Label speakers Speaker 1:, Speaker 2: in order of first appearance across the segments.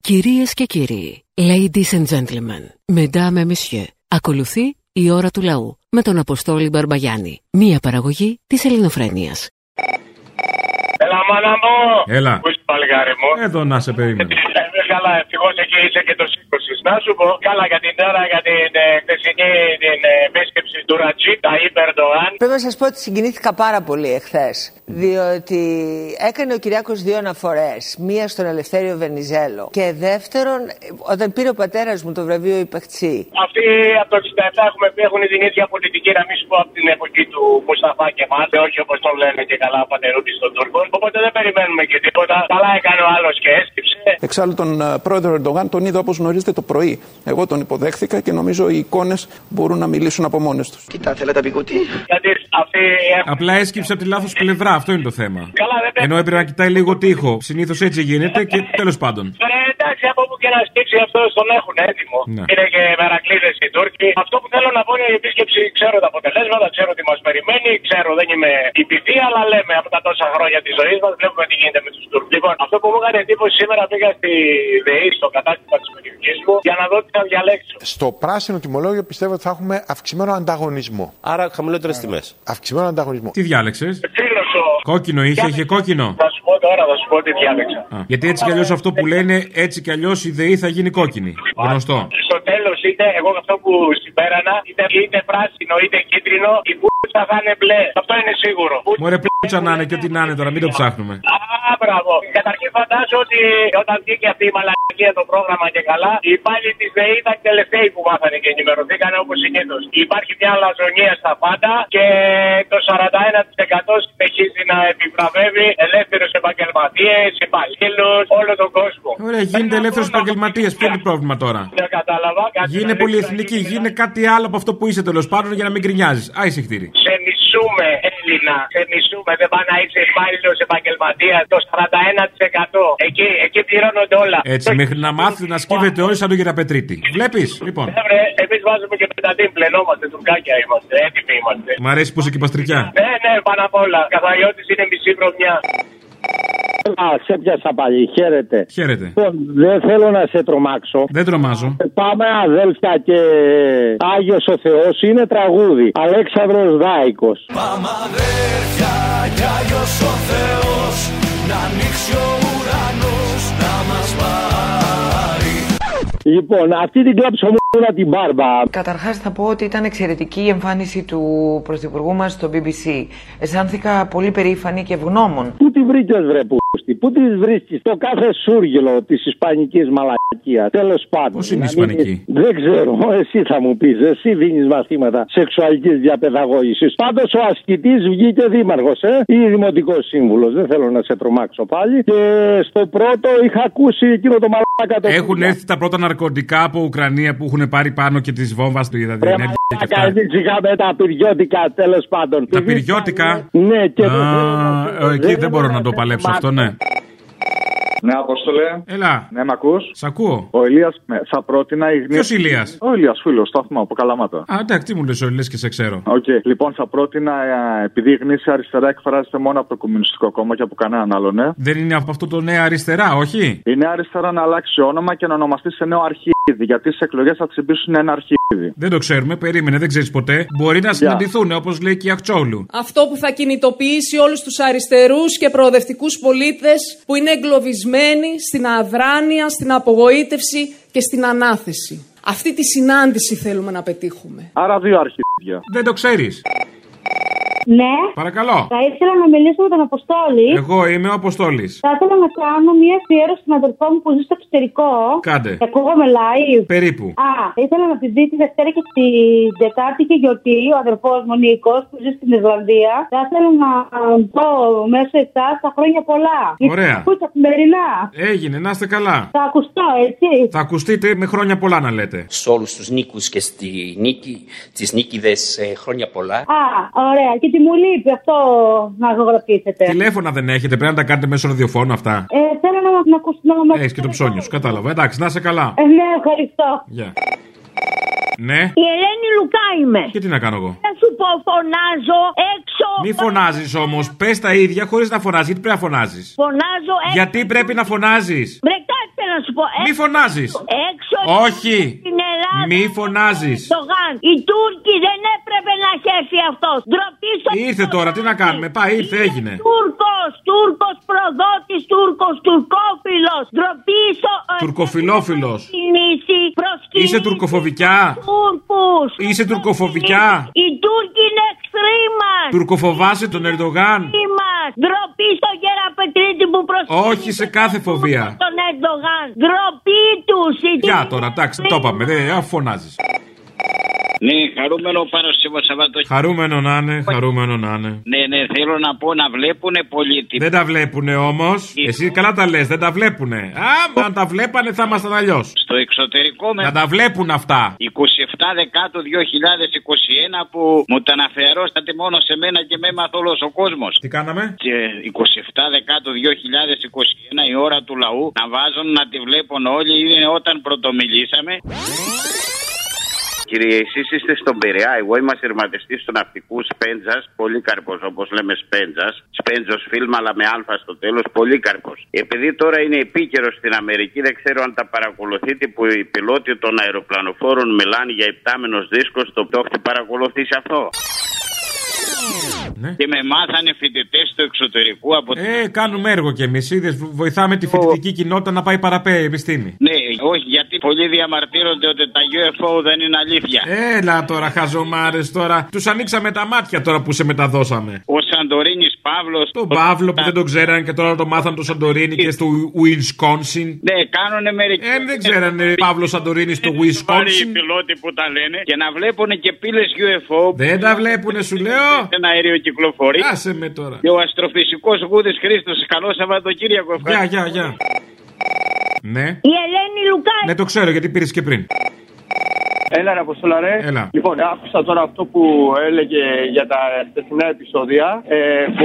Speaker 1: Κυρίες και κύριοι, ladies and gentlemen, mesdames et messieurs, ακολουθεί η ώρα του λαού με τον Αποστόλη Μπαρμπαγιάννη, μία παραγωγή της ελληνοφρένειας.
Speaker 2: Έλα, μάνα μου!
Speaker 3: Έλα.
Speaker 2: Πού είσαι, παλικάρι μου.
Speaker 3: Εδώ να σε περίμενα.
Speaker 2: Ε, καλά, ευτυχώς εκεί είσαι και το σήκωσε. Να σου πω, καλά για την ώρα, για την ε, χθεσινή την ε, επίσκεψη του Ρατζή, τα Ιπερντοάν.
Speaker 4: Πρέπει να σας πω ότι συγκινήθηκα πάρα πολύ εχθές. Διότι έκανε ο Κυριάκος δύο αναφορές. Μία στον Ελευθέριο Βενιζέλο. Και δεύτερον, όταν πήρε ο πατέρας μου το βραβείο Υπαχτσί.
Speaker 2: Αυτοί από το 67 έχουμε πει έχουν την ίδια πολιτική, να μην σου πω από την εποχή του Μουσταφά και εμά. Όχι όπως τον λένε και καλά πατερούτη των Τούρκων. Οπότε δεν περιμένουμε και τίποτα. Καλά έκανε ο άλλος και έσκυψε.
Speaker 5: Εξάλλου τον ε, πρόεδρο Ερντογάν τον είδα όπως γνωρίζετε το πρωί. Εγώ τον υποδέχθηκα και νομίζω οι εικόνες μπορούν να μιλήσουν από μόνες τους.
Speaker 6: Κοιτάξτε, λέτε πικουτή.
Speaker 2: Γιατί αυτοί έχουν.
Speaker 3: Απλά έσκυψε από τη λάθος πλευρά, αυτό είναι το θέμα.
Speaker 2: Ε, Καλά, δεν
Speaker 3: Ενώ έπρεπε να κοιτάει λίγο τείχο. Συνήθως έτσι γίνεται και τέλος πάντων.
Speaker 2: Ρε, Ε, εντάξει, από όπου και να σκύψει αυτό τον έχουν έτοιμο.
Speaker 3: Ναι.
Speaker 2: Είναι και μερακλείδες οι Τούρκοι. Αυτό που θέλω να πω είναι η επίσκεψη. Ξέρω τα αποτελέσματα, ξέρω τι μας περιμένει. Ξέρω, δεν είμαι υπηδή, αλλά λέμε από τα τόσα χρόνια της ζωής μας βλέπουμε τι γίνεται με τους Τούρκους. Λοιπόν, αυτό που μου έκανε εντύπωση σήμερα πήγα στη ΔΕΗ, στο κατάστημα της περιοχής μου, για να δω τι θα διαλέξω.
Speaker 7: Στο πράσινο τιμολόγιο πιστεύω ότι θα έχουμε αυξημένο ανταγωνισμό.
Speaker 8: Άρα χαμηλότερες τιμές.
Speaker 7: Αυξημένο ανταγωνισμό.
Speaker 3: Τι διάλεξες.
Speaker 2: Φίλο ο.
Speaker 3: Κόκκινο είχε, είχε κόκκινο.
Speaker 2: Θα σου πω τώρα, θα σου πω τι διάλεξα.
Speaker 3: Α, Γιατί έτσι κι αλλιώς αυτό που λένε, έτσι κι αλλιώς η ΔΕΗ θα γίνει κόκκινη. Γνωστό.
Speaker 2: Στο τέλος είτε εγώ αυτό που συμπέρανα, είτε, είτε πράσινο είτε κίτρινο, η κούρτσα θα είναι μπλε. Αυτό είναι σίγουρο.
Speaker 3: Μωρέ πλούτσα να είναι και ό,τι να είναι τώρα, μην το ψάχνουμε.
Speaker 2: Α, μπράβο. Καταρχήν φαντάζομαι ότι όταν βγήκε αυτή η μαλακία το πρόγραμμα και καλά, οι υπάλληλοι της ΔΕΗ ήταν οι τελευταίοι που μάθανε και ενημερωθήκαν όπως συνήθως. Υπάρχει μια λαζονία στα πάντα και το 41% συνεχίζει να επιβραβεύει ελεύθερους επαγγελματίες, υπαλλήλους, όλο τον κόσμο.
Speaker 3: Ωραία, γίνεται ελεύθερο επαγγελματία. Ποιο είναι το πρόβλημα τώρα.
Speaker 2: Δεν κατάλαβα. Κάτι
Speaker 3: Γίνε
Speaker 2: θα δείξει, θα
Speaker 3: πολυεθνική,
Speaker 2: γίνει
Speaker 3: γίνε κάτι άλλο από αυτό που είσαι τέλος πάντων για να μην κρινιάζει. Άισε χτύρι.
Speaker 2: Σε μισούμε, Έλληνα. Σε μισούμε. Δεν πάει να είσαι υπάλληλος επαγγελματίας. Το 41%. Εκεί, εκεί πληρώνονται όλα.
Speaker 3: Έτσι, μέχρι να μάθετε να σκύβετε όλοι σαν το γεραπετρίτη. Βλέπεις, λοιπόν.
Speaker 2: Εμείς βάζουμε και πεντατήν, πλενόμαστε, τουρκάκια είμαστε. Έτοιμοι είμαστε.
Speaker 3: Μ' αρέσει που είσαι και παστρικιά.
Speaker 2: Ναι, ναι, πάνω απ' όλα. Καθαριώτη είναι μισή βρωμιά.
Speaker 9: Α, σε πιάσα πάλι, χαίρετε.
Speaker 3: Χαίρετε.
Speaker 9: Λοιπόν, δεν θέλω να σε τρομάξω.
Speaker 3: Δεν τρομάζω.
Speaker 9: Πάμε αδέλφια και Άγιος ο Θεός είναι τραγούδι. Αλέξανδρος Δάικος.
Speaker 6: Πάμε αδέρφια κι Άγιος ο Θεός Να ανοίξει ο ουρανός να μας πάρει
Speaker 9: Λοιπόν, αυτή την κλάψω μου να την μπάρμπα.
Speaker 10: Καταρχάς, θα πω ότι ήταν εξαιρετική η εμφάνιση του Πρωθυπουργού μας στο BBC. Αισθάνθηκα πολύ περήφανη και ευγνώμων.
Speaker 9: Πού τη βρήκες, βρε πούστη, πού τη βρίσκεις το κάθε σούργυλο της Ισπανικής μαλακίας. Τέλος πάντων.
Speaker 3: Πώς είναι η
Speaker 9: να μην-
Speaker 3: Ισπανική?
Speaker 9: Δεν ξέρω, εσύ θα μου πεις. Εσύ δίνεις μαθήματα σεξουαλικής διαπαιδαγώγησης. Πάντως ο ασκητής βγήκε δήμαρχος, ε, ή δημοτικός σύμβουλος. Δεν θέλω να σε τρομάξω πάλι. Και στο πρώτο είχα ακούσει εκείνο το μαλάκα το.
Speaker 3: Έχουν έρθει τα πρώτα ναρκωτικά από Ουκρανία που έχουν πάρει πάνω και τη βόμβα του για τα
Speaker 9: Ρε
Speaker 3: διενέργεια και
Speaker 9: μαλάκα,
Speaker 3: αυτά.
Speaker 9: εμείς είχαμε τα πυριώτικα τέλος πάντων.
Speaker 3: ναι, Τα
Speaker 9: Και
Speaker 3: πυριώτικα.
Speaker 9: δείξανε- Ναι, και
Speaker 3: Α,
Speaker 9: δεν θέλω να σε-
Speaker 3: ε, Εκεί δεν μπορώ
Speaker 9: θέλω
Speaker 3: να το
Speaker 9: σε
Speaker 3: παλέψω αυτό,
Speaker 9: τρομάξω.
Speaker 3: ναι.
Speaker 11: Ναι, Απόστολε.
Speaker 3: Έλα,
Speaker 11: Ναι, μ' ακούς.
Speaker 3: σ' ακούω.
Speaker 11: Ο Ηλίας, θα πρότεινα η γνήσια.
Speaker 3: Ποιος Ηλίας?
Speaker 11: Ο Ηλίας, φίλος, σταθμό από Καλαμάτα.
Speaker 3: Α, εντάξει, τι μου λες, ο Ηλίας και σε ξέρω.
Speaker 11: Οκ, λοιπόν, θα πρότεινα, ε, επειδή η γνήσια αριστερά εκφράζεται μόνο από το Κομμουνιστικό Κόμμα και από κανέναν άλλον, ε.
Speaker 3: Δεν είναι από αυτό το νέα αριστερά, όχι.
Speaker 11: Η νέα αριστερά
Speaker 9: ναι,
Speaker 11: να αλλάξει όνομα και να ονομαστεί σε νέο αρχίδι. Γιατί στις εκλογές θα τσιμπήσουν ένα αρχίδι.
Speaker 3: Δεν το ξέρουμε, περίμενε, δεν ξέρεις ποτέ. Μπορεί να συναντηθούν, όπως λέει και η Αχτσόλου.
Speaker 12: Αυτό που θα κινητοποιήσει όλους τους αριστερούς και προοδευτικούς πολίτες που είναι εγκλωβισμένοι στην αδράνοια, στην απογοήτευση και στην ανάθεση. Αυτή τη συνάντηση θέλουμε να πετύχουμε.
Speaker 11: Άρα δύο αρχίδια.
Speaker 3: Δεν το ξέρεις.
Speaker 13: Ναι,
Speaker 3: Παρακαλώ.
Speaker 13: θα ήθελα να μιλήσω με τον Αποστόλη.
Speaker 3: Εγώ είμαι ο Αποστόλης.
Speaker 13: Θα ήθελα να κάνω μία αφιέρωση στον αδελφό μου που ζει στο εξωτερικό.
Speaker 3: Κάντε.
Speaker 13: Ακούγομαι live.
Speaker 3: Περίπου.
Speaker 13: Α, ήθελα να επειδή τη Δευτέρα και τη Δεκάρτη και γιορτή ο αδερφός μου ο Νίκος που ζει στην Ιρλανδία. Θα ήθελα να πω μέσω εσάς τα χρόνια πολλά. Γιατί
Speaker 3: Ωραία.
Speaker 13: σας Ακούσα καθημερινά.
Speaker 3: Έγινε, να είστε καλά.
Speaker 13: Θα ακουστώ, έτσι.
Speaker 3: Θα ακουστείτε με χρόνια πολλά να λέτε.
Speaker 8: Σε όλους τους νίκους και στη νίκη, τις νίκηδες χρόνια πολλά.
Speaker 13: Α, ωραία. Και τι μου λείπει αυτό να ζωγραφίσετε.
Speaker 3: Τηλέφωνα δεν έχετε, πρέπει να τα κάνετε μέσω ραδιοφώνου αυτά.
Speaker 13: Ε, θέλω να, να ακούσω να με
Speaker 3: Έχεις και το ψώνιο σου, κατάλαβα. Εντάξει, να είσαι καλά.
Speaker 13: Ε, ναι, ευχαριστώ.
Speaker 3: Γεια. Ναι,
Speaker 14: Η Ελένη Λουκά είμαι.
Speaker 3: και τι να κάνω εγώ.
Speaker 14: Να σου πω, φωνάζω έξω.
Speaker 3: Μη φωνάζεις όμως, πες τα ίδια χωρίς να φωνάζει. Γιατί πρέπει να φωνάζεις.
Speaker 14: Φωνάζω έξω.
Speaker 3: Γιατί πρέπει να φωνάζεις.
Speaker 14: Βρε, κάτσε να να σου πω.
Speaker 3: Μη
Speaker 14: έξω-
Speaker 3: φωνάζεις.
Speaker 14: Έξω
Speaker 3: Όχι.
Speaker 14: στην Ελλάδα.
Speaker 3: Μη φωνάζεις.
Speaker 14: Ερντογάν. Οι Τούρκοι δεν έπρεπε να χέσει αυτός. Ντροπή στο
Speaker 3: Ήρθε τώρα, τι να κάνουμε. Πάει, ήρθε, έγινε.
Speaker 14: Τούρκος, Τούρκος προδότης, Τούρκος, τουρκόφιλο. Ντροπή στο Ε,
Speaker 3: Τουρκοφιλόφιλο.
Speaker 14: κινήσει προς
Speaker 3: Είσαι τουρκοφοβικιά.
Speaker 14: Τούρκους.
Speaker 3: Είσαι τουρκοφοβικιά.
Speaker 14: Οι Τούρκοι είναι εχθροί μας.
Speaker 3: Τουρκοφοβάσαι τον Ερντογάν.
Speaker 14: Εχθροί μας. Ντροπή στο γεραπετρίτη που προσφέρει
Speaker 3: Όχι σε κάθε φοβία.
Speaker 14: τον Ερντογάν. Ντροπή τους. Οι
Speaker 3: Γεια τώρα, εντάξει, το είπαμε. Δεν φωνάζει.
Speaker 15: Ναι, χαρούμενο πάνω στο Σαββατοκύριακο.
Speaker 3: Χαρούμενο να είναι, χαρούμενο να είναι.
Speaker 15: Ναι, ναι, θέλω να πω να βλέπουν πολίτη.
Speaker 3: Δεν τα βλέπουνε όμως. Εσύ καλά τα λες, δεν τα βλέπουνε. Α, αν τα βλέπανε θα ήμασταν αλλιώς.
Speaker 15: Στο εξωτερικό με
Speaker 3: Να τα βλέπουν αυτά.
Speaker 15: 27 Δεκάτου 2021 που μου τα αναφερόσατε μόνο σε μένα και με έμαθε όλος ο κόσμος.
Speaker 3: Τι κάναμε?
Speaker 15: Και 27 Δεκάτου 2021 η ώρα του λαού να βάζουν να τη βλέπουν όλοι είναι όταν πρωτομιλήσαμε.
Speaker 16: Κύριε, εσεί είστε στον Πειραιά. Εγώ είμαι σειρματιστή του ναυτικού Σπέντζας, Πολύκαρπο, όπως λέμε Σπέντζας. Σπέντζος φιλμ, αλλά με αλφα στο τέλος, Πολύκαρπο. Επειδή τώρα είναι επίκαιρο στην Αμερική, δεν ξέρω αν τα παρακολουθείτε που οι πιλότοι των αεροπλανοφόρων μιλάνε για υπτάμενος δίσκος. Το το έχετε παρακολουθήσει αυτό.
Speaker 15: Και με μάθανε φοιτητές του εξωτερικού από την
Speaker 3: Ε, κάνουμε έργο κι εμείς. Είδες, βοηθάμε τη φοιτητική κοινότητα να πάει παραπέρα η επιστήμη.
Speaker 15: Ναι, όχι, γιατί πολλοί διαμαρτύρονται ότι τα UFO δεν είναι αλήθεια.
Speaker 3: Ε. Έλα τώρα, χαζομάρες τώρα. Τους ανοίξαμε τα μάτια τώρα που σε μεταδώσαμε.
Speaker 15: Ο Σαντορίνης Παύλος.
Speaker 3: Τον Παύλο που δεν τον ξέραν και τώρα το μάθαν του Σαντορίνη και στο Wisconsin.
Speaker 15: Ναι, κάνουνε μερικοί. Ε,
Speaker 3: Ε, δεν ξέρανε Παύλο Σαντορίνη στο
Speaker 15: Πάρει οι
Speaker 3: Wisconsin.
Speaker 15: πιλότοι που τα λένε και να βλέπουν και πύλες UFO.
Speaker 3: Δεν τα βλέπουνε, σου λέω.
Speaker 15: Ένα αέριο κυκλοφορεί.
Speaker 3: Άσε με τώρα.
Speaker 15: Και ο αστροφυσικός Γούδης Χρήστος. Καλό Σαββατοκύριακο.
Speaker 3: Γεια, γεια, γεια. Ναι.
Speaker 14: Η Ελένη Λουκά.
Speaker 3: Ναι, το ξέρω γιατί πήρες και πριν.
Speaker 17: Έλα, ρε Αποστόλα, ρε.
Speaker 3: Έλα.
Speaker 17: Λοιπόν, άκουσα τώρα αυτό που έλεγε για τα χθεσινά επεισόδια. Ε,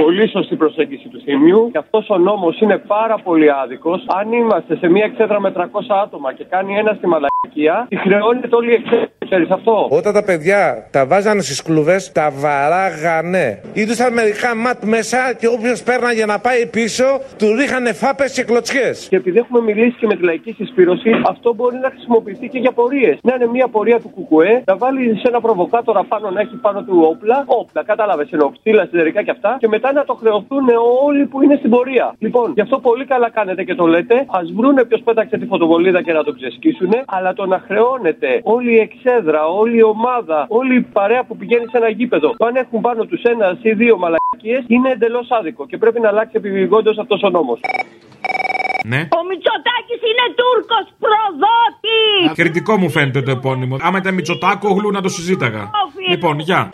Speaker 17: πολύ σωστή προσέγγιση του θύμιου. Και αυτός ο νόμος είναι πάρα πολύ άδικος. Αν είμαστε σε μια εξέδρα με 300 άτομα και κάνει ένα στη μαλακία, τη χρεώνεται όλη η εξέδρα. Ξέρεις αυτό.
Speaker 9: Όταν τα παιδιά τα βάζανε στις κλουβέ, τα βαράγανε. Ήδουσαν μερικά ματ μέσα και όποιος πέρναγε να πάει πίσω, του ρίχανε φάπες και κλωτσιές.
Speaker 17: Και επειδή έχουμε μιλήσει και με τη λαϊκή συσπήρωση, αυτό μπορεί να χρησιμοποιηθεί και για πορείες. Να είναι μια πορεία του Κουκουέ, να βάλει σε ένα προβοκάτορα πάνω να έχει πάνω του όπλα, όπλα, κατάλαβες, εννοξύλα, σιδερικά και αυτά, και μετά να το χρεωθούν όλοι που είναι στην πορεία. Λοιπόν, γι' αυτό πολύ καλά κάνετε και το λέτε. Ας βρούνε ποιος πέταξε τη φωτοβολίδα και να το ξεσκίσουνε, αλλά το να χρεώνεται όλη η εξέδρα, όλη η ομάδα, όλη η παρέα που πηγαίνει σε ένα γήπεδο, το αν έχουν πάνω τους ένας ή δύο μαλακίες, είναι εντελώς άδικο και πρέπει να αλλάξει επιγόντω αυτός ο νόμος.
Speaker 14: Ο Μητσοτάκης είναι Τούρκος προδότης.
Speaker 3: Κριτικό μου φαίνεται το επώνυμο. Άμα ήταν Μητσοτάκογλου να το συζήταγα. Λοιπόν, γεια.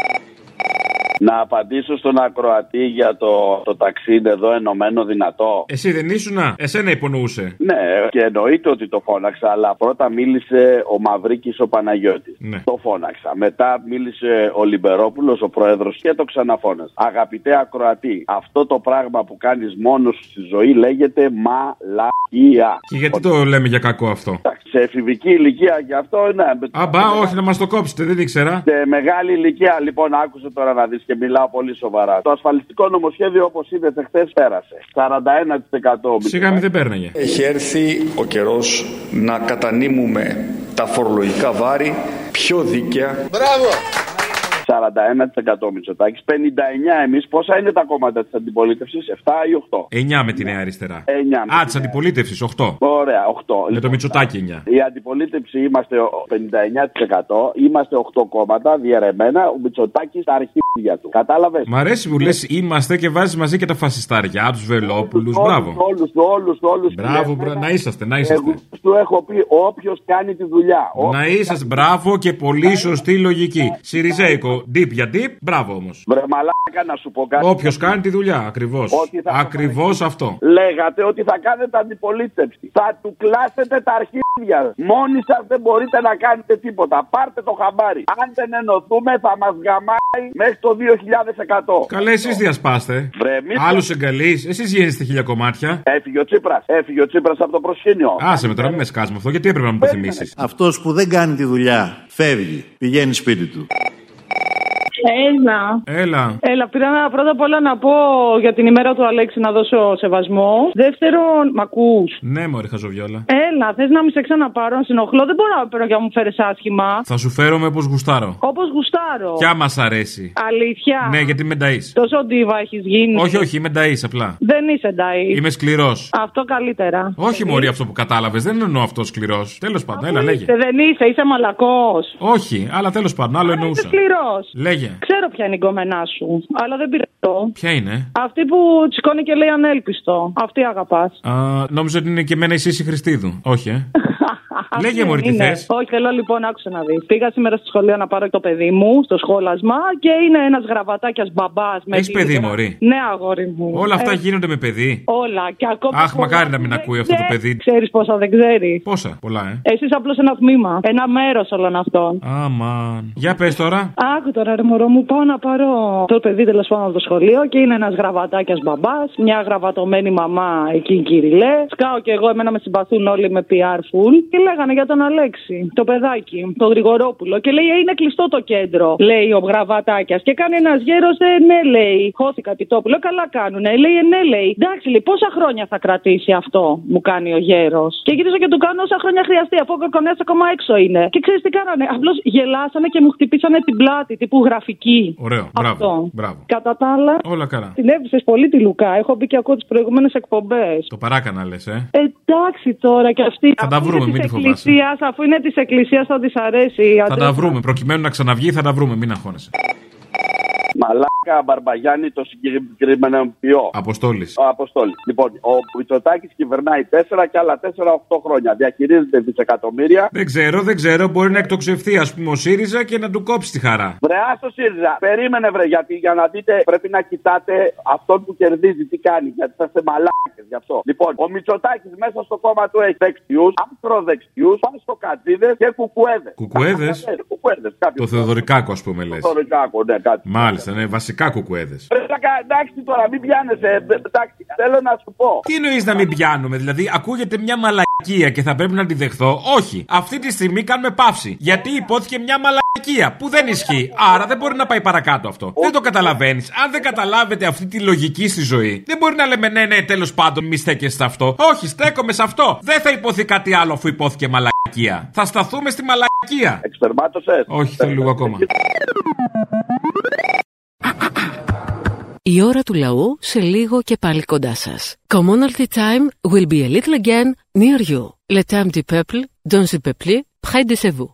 Speaker 18: Να απαντήσω στον ακροατή για το, το ταξίδι εδώ ενωμένο δυνατό.
Speaker 3: Εσύ δεν ήσουνα, εσένα υπονοούσε.
Speaker 18: Ναι, και εννοείται ότι το φώναξα, αλλά πρώτα μίλησε ο Μαυρίκης ο Παναγιώτης.
Speaker 3: Ναι.
Speaker 18: Το φώναξα. Μετά μίλησε ο Λιμπερόπουλος, ο πρόεδρος, και το ξαναφώναξα. Αγαπητέ ακροατή, αυτό το πράγμα που κάνεις μόνος σου στη ζωή λέγεται μαλακία.
Speaker 3: Και γιατί το λέμε για κακό αυτό.
Speaker 18: Σε εφηβική ηλικία γι' αυτό, ναι.
Speaker 3: Αμπά, όχι να μας το κόψετε, δεν ήξερα.
Speaker 18: Σε μεγάλη ηλικία, λοιπόν, άκουσε τώρα να δεις και μιλάω πολύ σοβαρά. Το ασφαλιστικό νομοσχέδιο, όπως είδατε χθε, πέρασε. 41%.
Speaker 3: Σιγά μην δεν πέρναγε.
Speaker 11: Έχει έρθει ο καιρός να κατανείμουμε τα φορολογικά βάρη πιο δίκαια.
Speaker 18: Μπράβο! 41% Μητσοτάκης, 59% εμείς. Πόσα είναι τα κόμματα της αντιπολίτευσης, 7 ή 8.
Speaker 3: 9 με τη Νέα Αριστερά.
Speaker 18: 9.
Speaker 3: Α, της αντιπολίτευση, 8.
Speaker 18: Ωραία, Λοιπόν, 8.
Speaker 3: Με το Μητσοτάκι 9.
Speaker 18: Η αντιπολίτευση είμαστε ο- 59%, είμαστε 8 κόμματα διαιρεμένα, ο Μητσοτάκης τα αρχίδια του. Κατάλαβες.
Speaker 3: Μ' αρέσει που λες είμαστε και βάζεις μαζί και τα φασιστάρια, τους Βελόπουλους.
Speaker 18: Όλους,
Speaker 3: Μπράβο.
Speaker 18: όλους, όλους, όλους.
Speaker 3: Μπράβο, μπρα... να είσαστε, να
Speaker 18: Εγώ
Speaker 3: είσαστε.
Speaker 18: του έχω πει όποιος κάνει τη δουλειά.
Speaker 3: Να είσαστε, μπράβο και πολύ σωστή λογική. Σιριζέικο, deep για deep, μπράβο όμως.
Speaker 18: Μπρε μαλάκα να σου πω κάτι.
Speaker 3: Όποιος κάνει τη δουλειά, ακριβώς. Ακριβώ αυτό.
Speaker 18: Λέγατε ότι θα κάνετε αντιπολίτευση. Θα του κλάσετε τα αρχίδια. Μόνοι σας δεν μπορείτε να κάνετε τίποτα. Πάρτε το χαμπάρι. Αν δεν ενωθούμε, θα μας γαμάει μέχρι το 2100.
Speaker 3: Καλέ, εσείς διασπάστε. Άλλους εγκαλείς, εσείς γίνεστε χίλια κομμάτια.
Speaker 18: Έφυγε ο Τσίπρας. Έφυγε ο Τσίπρας από το προσκήνιο.
Speaker 3: Άσε με τώρα, μην με σκάς με αυτό, γιατί έπρεπε να μου το θυμίσει.
Speaker 19: Αυτός που δεν κάνει τη δουλειά φεύγει, πηγαίνει σπίτι του. Έλα.
Speaker 3: Έλα.
Speaker 19: Έλα, πήρα να- πρώτα απ' όλα να πω για την ημέρα του Αλέξη να δώσω σεβασμό. Δεύτερον, μ' ακούς?
Speaker 3: Ναι, μωρή χαζοβιόλα.
Speaker 19: Έλα, θες να μην σε ξαναπάρω, να συνοχλώ. Δεν μπορώ να παίρνω και να μου φέρει άσχημα.
Speaker 3: Θα σου φέρομαι όπως γουστάρω.
Speaker 19: Όπως γουστάρω.
Speaker 3: Κι άμα σ' αρέσει.
Speaker 19: Αλήθεια.
Speaker 3: Ναι, γιατί με νταΐς.
Speaker 19: Τόσο ντίβα έχεις γίνει.
Speaker 3: Όχι, όχι, με νταΐς απλά.
Speaker 19: Δεν είσαι ντάι.
Speaker 3: Είμαι σκληρός.
Speaker 19: Αυτό καλύτερα.
Speaker 3: Όχι, Μωρή, αυτό που κατάλαβες. Δεν εννοώ αυτό σκληρός. Τέλος πάντων, έλα, λέγε.
Speaker 19: Είσαι, δεν είσαι, είσαι μαλακός.
Speaker 3: Όχι, αλλά τέλος πάντων, άλλο εννοούσα.
Speaker 19: Σκληρός.
Speaker 3: Λέγε.
Speaker 19: Ξέρω ποια είναι η γκόμενά σου, αλλά δεν πειράζω.
Speaker 3: Ποια είναι.
Speaker 19: Αυτή που τσικώνει και λέει ανέλπιστο. Αυτή αγαπάς.
Speaker 3: Α, νόμιζα ότι είναι και εμένα η Σύση Χριστίδου. Όχι, ε. Λέγε, μωρή, τι θες.
Speaker 19: Όχι, θέλω λοιπόν, άκουσα να δεις. Πήγα σήμερα στο σχολείο να πάρω το παιδί μου στο σχόλασμα και είναι ένας γραβατάκιας μπαμπάς με.
Speaker 3: Έχεις
Speaker 19: τη-
Speaker 3: παιδί, μωρή.
Speaker 19: Ναι, αγόρι μου.
Speaker 3: Όλα αυτά
Speaker 19: Ε,
Speaker 3: γίνονται με παιδί.
Speaker 19: Όλα και ακόμα.
Speaker 3: Αχ, μακάρι να μην ακούει αυτό το παιδί.
Speaker 19: Ξέρεις πόσα δεν ξέρεις.
Speaker 3: Πόσα, πολλά, ε.
Speaker 19: Εσύ απλώς ένα τμήμα. Ένα μέρος όλων αυτών.
Speaker 3: Αμαν. Για πες τώρα.
Speaker 19: Άκου τώρα, ρε μωρό μου, πάω να πάρω το παιδί τέλος πάντων από το σχολείο και είναι ένας γραβατάκιας μπαμπάς, μια γραβατωμένη μαμά εκεί η κυριλέ. Σκάω και εγώ, εμένα με συμπαθούν όλοι με PR full. Και λέγανε για τον Αλέξη, το παιδάκι, το Γρηγορόπουλο. Και λέει, «Ε, είναι κλειστό το κέντρο, λέει ο γραβατάκιας. Και κάνει ένας γέρος, ε, ναι, λέει. Χώθηκα τι το που λέω, καλά κάνουνε. Λέει, «Ε, ναι, λέει. Εντάξει, λέει, πόσα χρόνια θα κρατήσει αυτό, μου κάνει ο γέρος. Και γυρίζω και του κάνω όσα χρόνια χρειαστεί, αφού ο κορκονέα ακόμα έξω είναι. Και ξέρεις τι κάνανε. Απλώς γελάσανε και μου χτυπήσανε την πλάτη, τύπου γραφική.
Speaker 3: Ωραίο.
Speaker 19: Αυτό.
Speaker 3: Μπράβο. Μπράβο.
Speaker 19: Κατά τα άλλα,
Speaker 3: Όλα καλά.
Speaker 19: την έβρισε πολύ τη Λουκά. Έχω μπει και ακούω τις προηγούμενες εκπομπές.
Speaker 3: Το παράκανα λες, ε.
Speaker 19: Εντάξει τώρα και αυτή.
Speaker 3: Θα τα
Speaker 19: αφού είναι
Speaker 3: βρούμε,
Speaker 19: της
Speaker 3: μην της φοβάσαι.
Speaker 19: εκκλησίας, Αφού είναι της εκκλησίας, θα της αρέσει. η
Speaker 3: Θα
Speaker 19: αντρέφα.
Speaker 3: τα βρούμε. Προκειμένου να ξαναβγεί, θα τα βρούμε. Μην αγχώνεσαι.
Speaker 20: Μαλάκα Μπαρμπαγιάννη το συγκεκριμένο ποιό.
Speaker 3: Αποστόλης.
Speaker 20: Ο Αποστόλης. Λοιπόν, ο Μητσοτάκης κυβερνάει 4 και άλλα 4-8 χρόνια. Διαχειρίζεται δισεκατομμύρια.
Speaker 3: Δεν ξέρω, δεν ξέρω. Μπορεί να εκτοξευθεί, ας πούμε, ο ΣΥΡΙΖΑ και να του κόψει τη χαρά.
Speaker 20: Βρε, άστο ΣΥΡΙΖΑ. Περίμενε, βρε, γιατί για να δείτε πρέπει να κοιτάτε αυτόν που κερδίζει τι κάνει. Γιατί θα είστε μαλάκες γι' αυτό. Λοιπόν, ο Μητσοτάκης μέσα στο κόμμα του έχει δεξιούς, άστροδεξιού, παστοκατζίδε και κουκουέδες.
Speaker 3: Κουκουέδες.
Speaker 20: Κουκουέδες, κάποιος.
Speaker 3: Το Θεοδωρικάκο, ας πούμε, λες.
Speaker 20: Θωρικάκο, ναι, κάτι.
Speaker 3: Μάλιστα, ναι, βασικά κουκουέδες.
Speaker 20: Ρε, πλάκα, Ε, εντάξει τώρα, μην πιάνεσαι. ε, Εντάξει, θέλω να σου πω.
Speaker 3: Τι εννοείς να μην πιάνουμε, δηλαδή ακούγεται μια μαλακία και θα πρέπει να τη δεχθώ. Όχι, αυτή τη στιγμή κάνουμε παύση. Γιατί υπόθηκε μια μαλακία που δεν ισχύει. Άρα δεν μπορεί να πάει παρακάτω αυτό. Δεν το καταλαβαίνεις. Αν δεν καταλάβετε αυτή τη λογική στη ζωή, δεν μπορεί να λέμε ναι, ναι, τέλος πάντων, μη στέκεστε σε αυτό. Όχι, στέκομαι σε αυτό. Δεν θα υποθεί κάτι άλλο αφού υπόθηκε μαλακία. Θα σταθούμε στη μαλακία.
Speaker 20: Εξπερμάτωσες.
Speaker 3: Όχι, θέλω λίγο ακόμα.
Speaker 1: Η ώρα του λαού σε λίγο και πάλι κοντά σας. Commonalty time will be a little again near you. Le temps du peuple, dans le peuple, près de chez vous.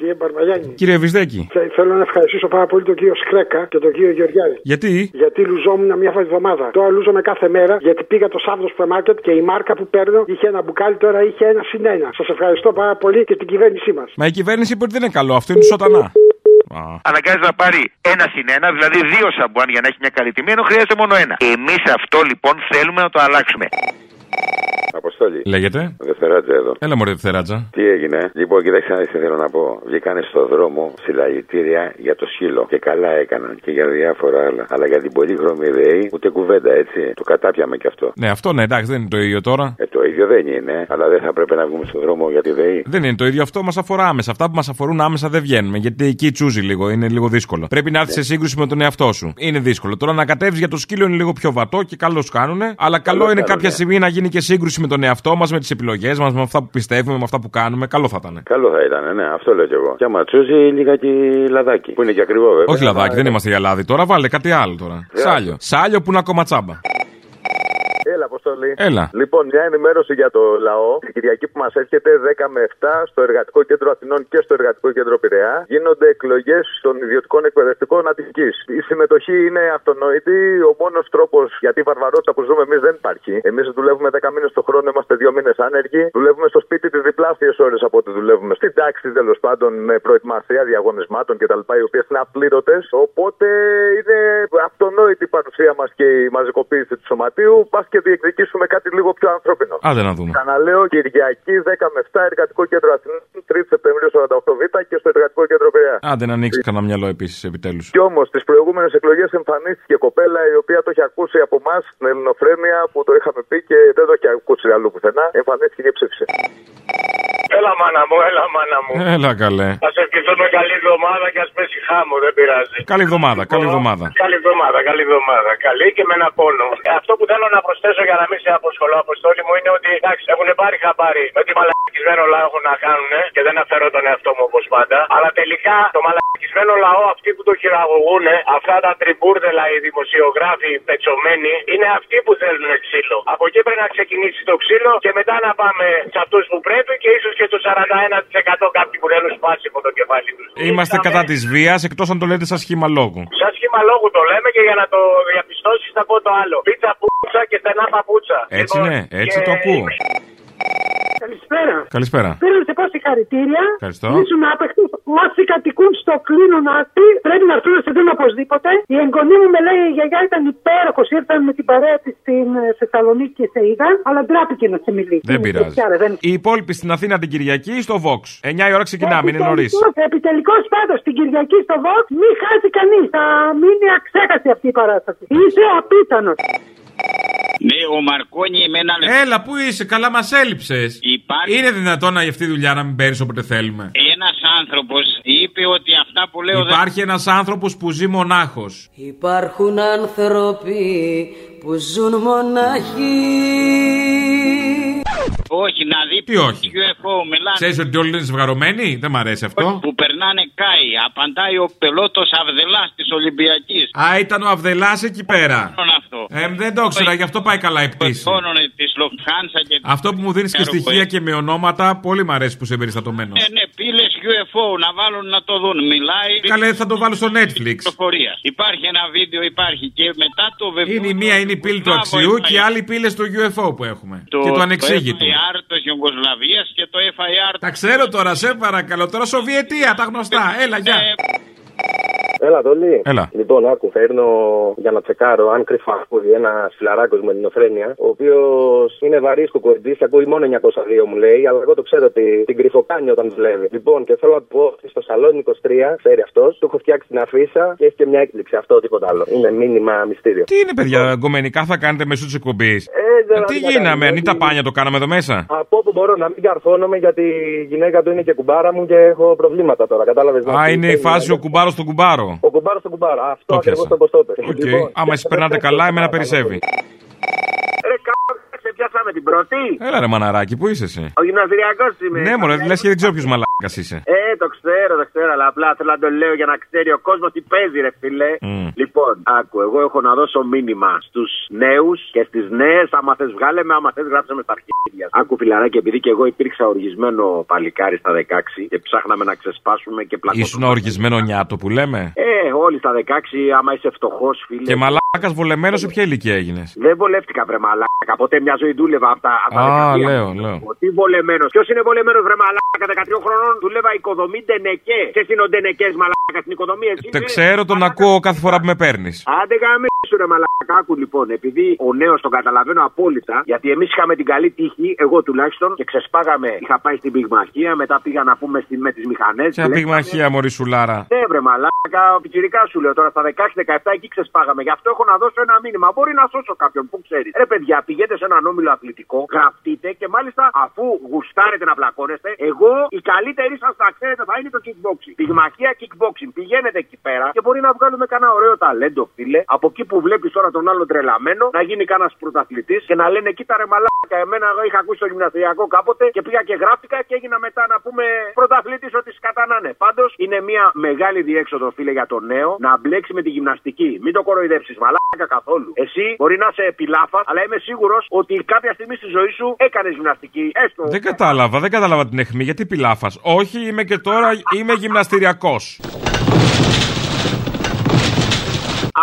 Speaker 21: Κύριε Μπαρμαγιάννη,
Speaker 3: Κύριε Βυσδέκη,
Speaker 21: θε- θέλω να ευχαριστήσω πάρα πολύ τον κύριο Σκρέκα και τον κύριο Γεωργιάδη.
Speaker 3: γιατί.
Speaker 21: Γιατί λουζόμουν μια φορά τη βδομάδα. Τώρα λούζομαι κάθε μέρα γιατί πήγα το Σάββατο στο μάρκετ και η μάρκα που παίρνω είχε ένα μπουκάλι, τώρα είχε ένα συν ένα. Σας ευχαριστώ πάρα πολύ και την κυβέρνησή μας.
Speaker 3: Μα η κυβέρνηση είπε ότι δεν είναι καλό, αυτό είναι σοτανά.
Speaker 9: Αναγκάζει να πάρει ένα συν ένα, δηλαδή δύο σαμπουάν για να έχει μια καλή τιμή, ενώ χρειάζεται μόνο ένα. Εμείς αυτό λοιπόν θέλουμε να το αλλάξουμε.
Speaker 22: Αποστόλη.
Speaker 3: Λέγεται.
Speaker 22: Δευτεράτζα εδώ.
Speaker 3: Έλα μωρέ Δευτεράτζα.
Speaker 22: Τι έγινε. Λοιπόν, κοιτάξτε να δεις τι θέλω να πω. Βγήκανε στο δρόμο συλλαγητήρια για το σκύλο. Και καλά έκαναν. Και για διάφορα άλλα. Αλλά για την πολύχρωμη ιδέη ούτε κουβέντα, έτσι. Το κατάπιαμε κι αυτό.
Speaker 3: Ναι, αυτό ναι, εντάξει, δεν είναι το ίδιο τώρα.
Speaker 22: Ε, το ίδιο δεν είναι. Αλλά δεν θα πρέπει να βγούμε στον δρόμο για τη ΔΕΗ.
Speaker 3: Δεν είναι το ίδιο αυτό, μας αφορά άμεσα. Αυτά που μας αφορούν άμεσα δεν βγαίνουμε. Γιατί εκεί τσούζει λίγο, είναι λίγο δύσκολο. Πρέπει να έρθεις
Speaker 22: Ναι.
Speaker 3: σε σύγκρουση με τον εαυτό σου. Είναι δύσκολο. Τώρα να κατέβεις για το σκύλο είναι λίγο πιο βατό και καλώς κάνουνε. Αλλά καλό είναι
Speaker 22: κάνουνε.
Speaker 3: κάποια στιγμή να γίνει και σύγκρουση με τον εαυτό μας, με τις επιλογές μας, με αυτά που πιστεύουμε, με αυτά που κάνουμε. Καλό θα ήταν.
Speaker 22: Καλό θα ήταν, ναι, αυτό λέω κι εγώ. Και άμα τσούζει, λίγα και λαδάκι. Που είναι και ακριβό, βέβαια.
Speaker 3: Όχι λαδάκι, δεν είμαστε για λάδι τώρα. Βάλε κάτι άλλο τώρα.
Speaker 22: Γεια.
Speaker 3: Σάλιο. Σάλιο που είναι ακόμα τσάμπα.
Speaker 23: Έλα, Αποστολή.
Speaker 3: Έλα.
Speaker 23: Λοιπόν, μια ενημέρωση για το λαό. Την Κυριακή που μας έρχεται, 10 με 7, στο Εργατικό Κέντρο Αθηνών και στο Εργατικό Κέντρο Πειραιά, γίνονται εκλογές των ιδιωτικών εκπαιδευτικών Αττική. Η συμμετοχή είναι αυτονόητη. Ο μόνος τρόπος για τη βαρβαρότητα που ζούμε εμείς δεν υπάρχει. Εμείς δουλεύουμε 10 μήνες το χρόνο, είμαστε 2 μήνες άνεργοι. Δουλεύουμε στο σπίτι τις διπλάσιες ώρες από ό,τι δουλεύουμε στην τάξη τέλος πάντων με προετοιμασία διαγωνισμάτων κτλ. οι οποίες είναι απλήρωτες. Οπότε είναι αυτονόητη η παρουσία μας και η μαζικοποίηση του σωματείου. Πας και διεκδικήσουμε κάτι λίγο πιο ανθρώπινο.
Speaker 3: Άντε να δούμε.
Speaker 23: Ξαναλέω Κυριακή 10 με 7 Εργατικό Κέντρο Αθηνών, 3 Σεπτεμβρίου 48Β και στο Εργατικό Κέντρο Πειραιά.
Speaker 3: Άντε να ανοίξει κανένα μυαλό επίσης επιτέλους.
Speaker 23: Κι όμως, τι προηγούμενες εκλογές εμφανίστηκε κοπέλα η οποία το έχει ακούσει από εμάς στην Ελληνοφρένεια που το είχαμε πει και δεν το έχει ακούσει αλλού πουθενά. Εμφανίστηκε και ψήφισε.
Speaker 24: Έλα, μάνα
Speaker 2: μάνα μου, έλα μάνα μου.
Speaker 3: Έλα
Speaker 9: Ναι.
Speaker 3: καλέ.
Speaker 2: Α ευχηθούμε καλή εβδομάδα και ας πέσει χάμο, δεν πειράζει.
Speaker 3: Καλή εβδομάδα, καλή εβδομάδα.
Speaker 2: Καλή εβδομάδα, καλή εβδομάδα. Καλή και με ένα πόνο. Ε, Αυτό που θέλω να προσθέσω για να μην σε αποσχολώ, Αποστόλη μου, είναι ότι εντάξει, έχουν πάρει χαμπάρι με τι μαλακισμένο λαό έχουν να κάνουν και δεν αφαιρώ τον εαυτό μου όπως πάντα. Αλλά τελικά το μαλακισμένο λαό, αυτοί που το χειραγωγούν, αυτά τα τριμπούρδελα οι δημοσιογράφοι οι πετσωμένοι, είναι αυτοί που θέλουν ξύλο. Από εκεί πρέπει να ξεκινήσει το ξύλο και μετά να πάμε σε αυτούς που πρέπει και ίσως και στο 41% κάποιοι που θέλουν σπάσει από το κεφάλι τους.
Speaker 3: Είμαστε κατά της βίας εκτός αν το λέτε σαν σχήμα λόγου.
Speaker 15: Λοιπόν,
Speaker 2: Σαν σχήμα λόγου το λέμε και για να το διαπιστώσεις θα πω το άλλο. Πίτσα πούτσα και στενά παπούτσα.
Speaker 3: Έτσι
Speaker 2: Λοιπόν,
Speaker 3: ναι, έτσι
Speaker 2: και-
Speaker 3: το ακούω.
Speaker 25: Καλησπέρα.
Speaker 3: Καλησπέρα.
Speaker 25: Θέλω να σε πω συγχαρητήρια.
Speaker 3: Ευχαριστώ.
Speaker 25: Ήσουν άπεχτη. Όσοι κατοικούν στο κλίνο άκρη πρέπει να έρθουν να σε δουν οπωσδήποτε. Η εγγονή μου με λέει η γιαγιά ήταν υπέροχος. Ήρθαν με την παρέα της στην ε, Θεσσαλονίκη και σε είδαν, αλλά ντράπηκε να σε μιλήσει.
Speaker 3: Δεν
Speaker 25: Είναι
Speaker 3: πειράζει.
Speaker 25: τέτοια, ρε, δεν-
Speaker 3: Οι υπόλοιποι στην Αθήνα την Κυριακή στο Vox. 9 η ώρα ξεκινάμε, είναι νωρί.
Speaker 25: Επιτελικός- λοιπόν, Επιτελικός πάντως την Κυριακή στο Vox μη χάσει κανείς. Θα μείνει αξέχαστη αυτή η παράσταση. Είσαι απίθανος.
Speaker 15: Ναι, ο Μαρκόνι με ένα λεπτό.
Speaker 3: Έλα, πού είσαι, καλά μας έλειψες. Είναι δυνατόν να αυτή η δουλειά να μην παίρνεις όποτε θέλουμε.
Speaker 15: Ένας άνθρωπος είπε ότι αυτά που Ε, λέω
Speaker 3: Υπάρχει ένας άνθρωπος που ζει μονάχος.
Speaker 26: Υπάρχουν άνθρωποι που ζουν μονάχοι.
Speaker 15: Όχι, να δει
Speaker 3: Τι όχι.
Speaker 15: UFO μιλάνε.
Speaker 3: Ξέρεις ότι όλοι είναι ζευγαρωμένοι, δεν μ' αρέσει αυτό.
Speaker 15: Που περνάνε κάοι. Απαντάει ο πελότο Αυδελά της Ολυμπιακής.
Speaker 3: Α, ήταν ο Αυδελά εκεί πέρα.
Speaker 15: Μόνο αυτό.
Speaker 3: Ε, δεν το ήξερα, γι' αυτό πάει καλά η πτήση.
Speaker 15: Μόνο τη Λοφτχάνσα και.
Speaker 3: Αυτό που μου δίνεις και
Speaker 15: Αεροπορία.
Speaker 3: στοιχεία και με ονόματα, πολύ μ' αρέσει που είσαι περιστατωμένο.
Speaker 15: Ναι, ναι, πύλε UFO να βάλουν να το δουν. Μιλάει.
Speaker 3: Καλέ, θα το βάλω στο Netflix.
Speaker 15: Πληροφορία. Υπάρχει ένα βίντεο, υπάρχει και μετά το βεβαιό.
Speaker 3: Είναι η μία είναι η πύλη του αξιού και η άλλη πύλε του UFO που έχουμε. και
Speaker 15: ανεξήγητο.
Speaker 3: του
Speaker 15: Το
Speaker 3: ανεξήγητου.
Speaker 15: FIR της Ιουγκοσλαβίας και το FIR.
Speaker 3: Τα ξέρω τώρα, σε παρακαλώ. Τώρα Σοβιετία, τα
Speaker 27: Ε,
Speaker 3: γνωστά. Έλα, γεια.
Speaker 28: Έλα, Δόλη.
Speaker 3: Έλα.
Speaker 28: Λοιπόν, άκου, φέρνω για να τσεκάρω αν κρυφά ακούει ένα φιλαράκος με ελληνοφρένεια, ο οποίος είναι βαρύς κουκορντή και ακούει μόνο 902, μου λέει, αλλά εγώ το ξέρω ότι την κρυφοκάνει όταν δουλεύει. Λοιπόν, και θέλω να του πω ότι στο σαλόνι 23, ξέρει αυτός, του έχω φτιάξει την αφίσα και έχει και μια έκπληξη. Αυτό τίποτα άλλο. Είναι μήνυμα μυστήριο.
Speaker 3: Τι είναι, παιδιά, γκομενικά θα κάνετε μέσω της εκπομπής.
Speaker 27: Ε,
Speaker 28: δεν
Speaker 3: Τι
Speaker 28: καταλαβαίνω,
Speaker 3: γίναμε,
Speaker 28: γιατί-
Speaker 3: αν τα πάνια το κάναμε εδώ μέσα.
Speaker 28: Από όπου μπορώ να μην καρφώνομαι γιατί η γυναίκα του είναι και κουμπάρα μου και έχω προβλήματα τώρα, κατάλαβες.
Speaker 3: Α, είναι η φάση
Speaker 27: λοιπόν.
Speaker 3: ο κουμπάρο στον κουμπάρο.
Speaker 28: Ο κουμπάρος στον κουμπάρο. Αυτό
Speaker 3: Το
Speaker 28: ακριβώ
Speaker 3: πιάσα.
Speaker 28: το ποστόπε.
Speaker 27: Ε,
Speaker 3: Οκ.
Speaker 27: λοιπόν.
Speaker 3: Άμα εσύ περνάτε καλά, εμένα περισσεύει.
Speaker 27: Ρε κάτσε, Ε, σε πιάσαμε την πρώτη.
Speaker 3: Έλα, ρε μαναράκι, πού είσαι εσύ.
Speaker 27: Ο γυμναστηριακός είμαι.
Speaker 3: Ναι, μωρέ, λες και δεν ξέρω ποιος μαλάκας είσαι.
Speaker 27: Ε, το ξέρω, το ξέρω, αλλά απλά θέλω να το λέω για να ξέρει ο κόσμος τι παίζει, ρε φίλε.
Speaker 3: Μμ.
Speaker 27: Λοιπόν, άκου, εγώ έχω να δώσω μήνυμα στους νέους και στις νέες. Άμα θες, βγάλε με, άμα θες, γράψε με στα αρχίδια. Άκου, φιλαράκι, επειδή και εγώ υπήρξα οργισμένο παλικάρι στα 16 και ψάχναμε να ξεσπάσουμε και πλακώσουμε.
Speaker 3: Ήσουν οργισμένο νιάτο που λέμε.
Speaker 27: Ε, ναι. όλοι στα 16, άμα είσαι φτωχός, φίλε.
Speaker 3: Και μαλάκας βολεμένος σε ποια ηλικία έγινες.
Speaker 27: Δεν βολεύτηκα, βρε μαλάκα. Ποτέ μια ζωή δούλευα από τα, απ' τα
Speaker 3: Α,
Speaker 27: 13.
Speaker 3: λέω, λέω.
Speaker 27: Τι βολεμένος. Ποιος είναι βολεμένος, βρε μαλάκα. 13 χρονών δουλεύα οικοδομή ντενεκέ. Και είναι ο ντενεκές μαλάκα στην οικοδομή, εσύ.
Speaker 3: Τε ξέρω, τον ακούω κάθε φορά που με παίρνεις.
Speaker 27: Άντε γαμίσου ρε μαλάκα, άκου λοιπόν, επειδή ο νέος τον καταλαβαίνω απόλυτα, γιατί εμείς είχαμε την καλή τύχη, εγώ τουλάχιστον, και ξεσπάγαμε. Είχα πάει στην πυγμαχία, μετά πήγα να πούμε στη, με τις μηχανές.
Speaker 3: Ποια πυγμαχία, Μωρή Σουλάρα.
Speaker 27: Ναι, βρε μαλάκα, ο πιτσυρικά σου λέω τώρα στα 16-17 εκεί ξεσπάγαμε. Γι' αυτό έχω να δώσω ένα μήνυμα. Μπορεί να σώσω κάποιον, που ξέρεις. Ρε παιδιά, πηγαίνετε σε έναν όμιλο αθλητικό, γραφτείτε και μάλιστα αφού γουστάρετε να πλακώνεστε, εγώ η καλύτερη σα θα ξέρετε θα είναι το kickboxing. Πυγμαχία kickboxing. Πηγαίνετε εκεί πέρα και μπορεί να βγάλουμε κανένα ωραίο ταλέντο, φίλε. Από εκεί που βλέπεις τώρα τον άλλο τρελαμένο να γίνει κανένας πρωταθλητής και να λένε κοίτα ρε μαλάκα. Εμένα εγώ είχα ακούσει το γυμναστηριακό κάποτε και πήγα και γράφτηκα και έγινα μετά να πούμε πρωταθλητής ότι σκατανάνε. Πάντως είναι μια μεγάλη διέξοδο, φίλε, για τον νέο να μπλέξει με τη γυμναστική. Μην το κοροϊδέψεις, μαλάκα καθόλου. Εσύ μπορεί να είσαι επιλάφα, αλλά είμαι σίγουρος ότι κάποια στιγμή στη ζωή σου έκανες γυμναστική. Έστω.
Speaker 3: Δεν κατάλαβα, δεν κατάλαβα την αιχμή. Γιατί πιλάφας. Όχι, είμαι και τώρα, είμαι γυμναστηριακός.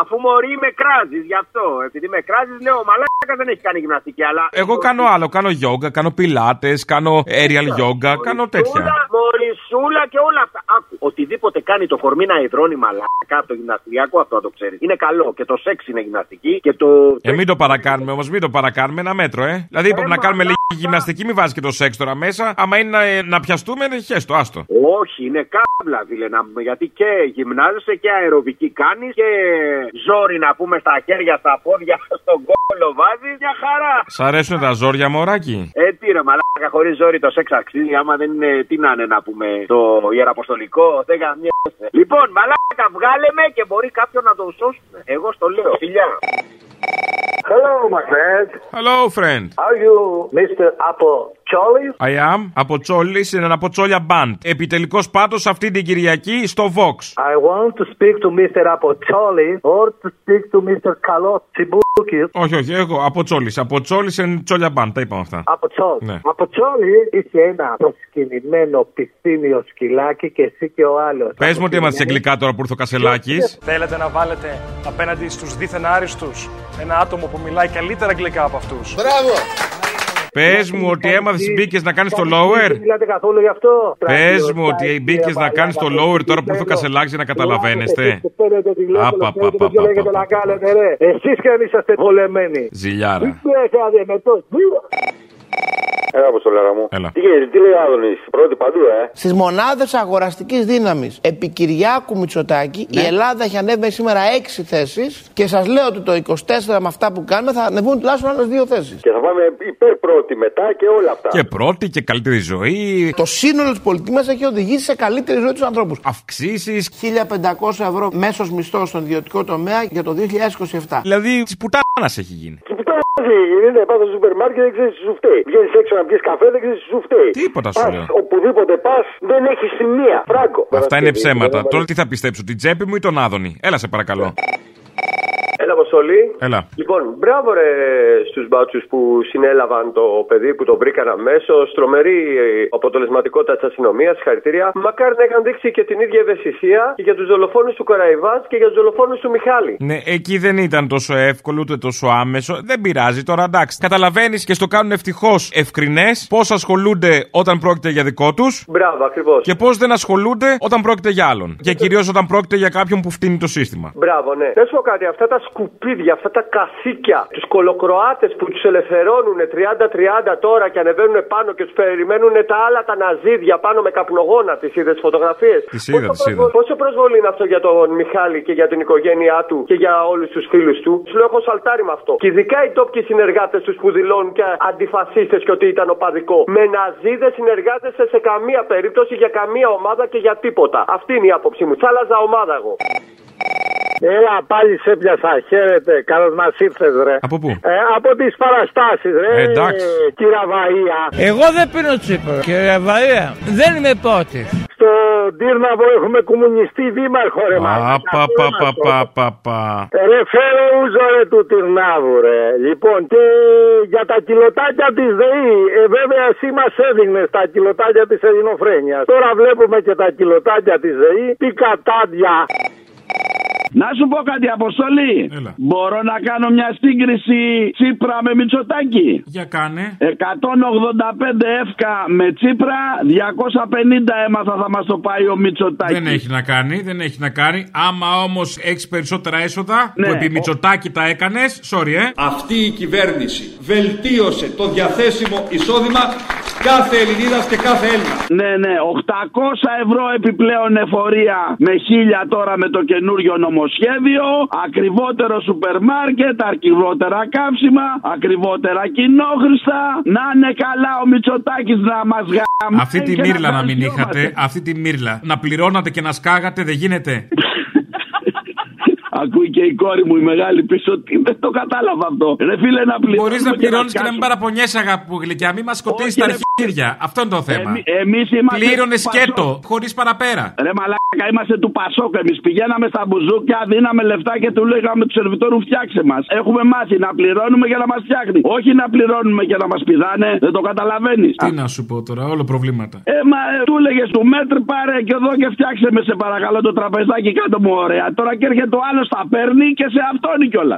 Speaker 27: Αφού μωρή με κράζεις, γι' αυτό. Επειδή με κράζεις, λέω μαλάκα δεν έχει κάνει γυμναστική, αλλά.
Speaker 3: Εγώ κάνω άλλο. Κάνω γιόγκα, κάνω πιλάτες, κάνω aerial yoga, κάνω τέτοια.
Speaker 27: Μορισούλα, μορισούλα και όλα αυτά. Άκου, οτιδήποτε κάνει το κορμί να υδρώνει μαλάκα από το γυμναστηριακό αυτό να το ξέρεις. Είναι καλό και το σεξ είναι γυμναστική και το.
Speaker 3: Ε, μην το παρακάνουμε όμως, μην το παρακάνουμε ένα μέτρο, ε. Δηλαδή είπαμε να κάνουμε λίγη γυμναστική, μην βάζει και το σεξ τώρα μέσα. Άμα είναι να, ε, να πιαστούμε, είναι χέστο, άστο.
Speaker 27: Όχι, είναι κάμπλα, φίλε, να πούμε. Γιατί και γυμνάζεσαι και αεροβική κάνεις και ζόρι να πούμε στα χέρια, στα πόδια, στον κόλλο βάζεις. Μια χαρά.
Speaker 3: Σ' αρέσουν τα ζόρια, μωράκι.
Speaker 27: Ε, τι ρε μαλάκα, μαλάκα χωρίς ζόρι το σεξ αξίζει. Άμα δεν είναι, τι να είναι να πούμε, το ιεραποστολικό. Δεν γαμιέσαι. Λοιπόν, μαλάκα βγάλε με και μπορεί κάποιον να τον σώσουμε. Εγώ στο λέω. Φιλιά.
Speaker 7: Hello, my friend.
Speaker 3: Hello, friend.
Speaker 7: Are you Mr. Apple Charlie?
Speaker 3: I am από Τσόλης, είναι ένα από Τσόλια Band. Επιτελικό πάντω αυτή την Κυριακή στο Vox.
Speaker 7: I want to speak to Mr. Apple Charlie or to speak to Mr. Kalos Tsibouki.
Speaker 3: Όχι, όχι, εγώ από Τσόλης. Από Τσόλης είναι Τσόλια Band, τα είπαμε αυτά.
Speaker 7: Από Τσόλι.
Speaker 3: Ναι.
Speaker 7: Από Τσόλι είσαι ένα προσκυνημένο πισίνιο σκυλάκι και εσύ και ο άλλος.
Speaker 3: Πες μου ότι είμαστε αγγλικά τώρα που ήρθε ο Κασελάκης.
Speaker 29: Θέλετε να βάλετε απέναντι στους δίθεν άριστους ένα άτομο που μιλάει καλύτερα αγγλικά από αυτούς. Μπράβο!
Speaker 3: Πες μου ότι έμαθες τι μπήκες να κάνεις το lower.
Speaker 7: Δεν μιλάτε καθόλου γι' αυτό.
Speaker 3: Πες μου ότι μπήκες να κάνεις το lower τώρα που ήρθε ο Κασελάκη για να καταλαβαίνεστε.
Speaker 7: Παίρνετε τηλέφωνο,
Speaker 3: Απα, πα,
Speaker 7: παίρνετε
Speaker 3: πα,
Speaker 7: και
Speaker 3: πα,
Speaker 7: λέγετε να κάνετε ρε. Εσείς και αν είσαστε βολεμένοι.
Speaker 3: Ζηλιάρα.
Speaker 7: Τι έκανε με το σβήρο.
Speaker 30: Έλα, Αποστολάρα μου. Τι γίνεται, τι λέει ο Άδωνης, πρώτη παντού, ε.
Speaker 5: Στις μονάδες αγοραστικής δύναμης επί Κυριάκου Μητσοτάκη η Ελλάδα έχει ανέβει σήμερα 6 θέσεις και σας λέω ότι το 24 με αυτά που κάνουμε θα ανεβούν τουλάχιστον άλλες δύο θέσεις.
Speaker 30: Και θα πάμε υπέρ πρώτη μετά και όλα αυτά.
Speaker 3: Και πρώτη και καλύτερη ζωή.
Speaker 5: Το σύνολο της πολιτικής μας έχει οδηγήσει σε καλύτερη ζωή τους ανθρώπους.
Speaker 3: Αυξήσεις.
Speaker 5: 1500 ευρώ μέσος μισθός στον ιδιωτικό τομέα για το 2027.
Speaker 3: Δηλαδή της πουτάνας έχει γίνει.
Speaker 30: Και που γίνεται, πας στο σούπερ μάρκετ, δεν ξέρεις τι σου φταίει. Βγαίνεις έξω να πιεις καφέ, δεν ξέρεις τι σου φταίει.
Speaker 3: Τίποτα σου
Speaker 30: Πας
Speaker 3: λέω.
Speaker 30: Οπουδήποτε πας, δεν έχεις σημεία. Φράγκο.
Speaker 3: Αυτά είναι
Speaker 30: Παρασκευή,
Speaker 3: ψέματα.
Speaker 30: Παρασκευή.
Speaker 3: Τώρα τι θα πιστέψω, την τσέπη μου ή τον Άδωνη. Έλα σε παρακαλώ.
Speaker 31: Έλα, Αποστολή.
Speaker 3: Έλα.
Speaker 31: Λοιπόν, μπράβο ρε στους μπάτσους που συνέλαβαν το παιδί που τον βρήκαν αμέσως. Τρομερή ε, αποτελεσματικότητα της αστυνομίας, χαρακτήρια. Μακάρι να είχαν δείξει και την ίδια ευαισθησία και για τους δολοφόνους του Καραϊβάς και για τους δολοφόνους του Μιχάλη.
Speaker 3: Ναι, εκεί δεν ήταν τόσο εύκολο ούτε τόσο άμεσο. Δεν πειράζει τώρα, εντάξει. Καταλαβαίνεις και στο κάνουν ευτυχώς ευκρινές πώς ασχολούνται όταν πρόκειται για δικό τους.
Speaker 31: Μπράβο, ακριβώς.
Speaker 3: Και πώς δεν ασχολούνται όταν πρόκειται για άλλον. Και κυρίως όταν πρόκειται για κάποιον που φτύνει το σύστημα.
Speaker 31: Μπράβο, ναι. Να σου πω κάτι, αυτά τα σκουπίδια, αυτά τα καθήκια, τους κολοκροάτες που τους ελευθερώνουν 30-30 τώρα και ανεβαίνουν πάνω και τους περιμένουν τα άλλα τα ναζίδια πάνω με καπνογόνα. Τις είδες φωτογραφίες.
Speaker 3: Τις είδα, τις είδα.
Speaker 31: Πόσο προσβολή είναι αυτό για τον Μιχάλη και για την οικογένειά του και για όλους τους φίλους του. Σου λέω, έχω σαλτάρει με αυτό. Και ειδικά οι τόπικοι συνεργάτες τους που δηλώνουν και αντιφασίστες και ότι ήταν οπαδικό. Με ναζίδες συνεργάζεσαι σε καμία περίπτωση για καμία ομάδα και για τίποτα. Αυτή είναι η άποψή μου. Θα άλλαζα ομάδα εγώ.
Speaker 12: Έλα, πάλι σε πιασα. Χαίρετε. Καλώς μας ήρθες, ρε.
Speaker 3: Από πού?
Speaker 12: Ε, από τις παραστάσεις, ρε.
Speaker 3: Ε, εντάξει. Ε,
Speaker 12: Κύρα Βαία.
Speaker 31: Εγώ δεν πίνω τσίπρο, κύριε Βαρία. Δεν είμαι πότης.
Speaker 12: Στο Ντύρναβο έχουμε κομμουνιστή δήμαρχο, ρε. μαλάκα.
Speaker 3: Απα, πα, πα, πα, πα, πα.
Speaker 12: Ρε φέρε ούζο ρε του Τυρνάβου ρε. Λοιπόν και για τα κιλοτάκια της ΔΕΗ ε, βέβαια εσύ μας έδειχνες τα κιλοτάκια της Ελληνοφρένειας. Τώρα βλέπουμε και τα κιλοτάκια της ΔΕΗ. Τι κατάντια.
Speaker 20: Να σου πω κάτι, Αποστολή. Μπορώ να κάνω μια σύγκριση Τσίπρα με Μητσοτάκη.
Speaker 3: Για κάνε.
Speaker 20: 185 εύκα με Τσίπρα, 250 έμαθα θα μας το πάει ο Μητσοτάκη.
Speaker 3: Δεν έχει να κάνει, δεν έχει να κάνει. Άμα όμως έχεις περισσότερα έσοδα
Speaker 12: Ναι.
Speaker 3: που επί Μητσοτάκη τα έκανες, sorry, ε.
Speaker 12: Αυτή η κυβέρνηση βελτίωσε το διαθέσιμο εισόδημα κάθε Ελληνίδας και κάθε Έλληνα.
Speaker 20: Ναι, ναι, 800 ευρώ επιπλέον εφορία με 1000 τώρα με το καινούριο νομοσχέδιο, ακριβότερο σούπερ μάρκετ, ακριβότερα καύσιμα, ακριβότερα κοινόχρηστα. Να είναι καλά ο Μητσοτάκης να μας γάμει.
Speaker 3: Αυτή τη μύρλα να μην είχατε, αυτή τη μύρλα. Να πληρώνατε και να σκάγατε δεν γίνεται.
Speaker 20: Ακούει και η κόρη μου η μεγάλη πίσω, τι δεν το κατάλαβα αυτό. Ρε φίλε να πληρώνεις.
Speaker 3: Μπορείς να πληρώνεις και να μην παραπονιέσαι, αγαπητού γλυκιά. Μην μας σκοτήσει τα αρχίδια. Αυτό είναι το θέμα.
Speaker 20: Εμείς είμαστε
Speaker 3: Πλήρωνε
Speaker 20: του Πασόκ.
Speaker 3: σκέτο, χωρίς παραπέρα.
Speaker 20: Ρε μαλάκα, είμαστε του Πασόκ. Εμείς πηγαίναμε στα μπουζούκια, δίναμε λεφτά και του λέγαμε του σερβιτόρου φτιάξε μας. Έχουμε μάθει να πληρώνουμε για να μας φτιάχνει. Όχι να πληρώνουμε για να μας πηδάνε, δεν το καταλαβαίνεις.
Speaker 3: Τι να σου πω τώρα, όλο προβλήματα.
Speaker 20: Ε, μα ε, του έλεγες του μέτρ, πάρε και εδώ και φτιάξε με σε παρακαλώ το τραπεζάκι κάτω μου, ωραία. Τώρα και έρχεται ο άλλος, τα παίρνει και σε αυτόν κιόλα.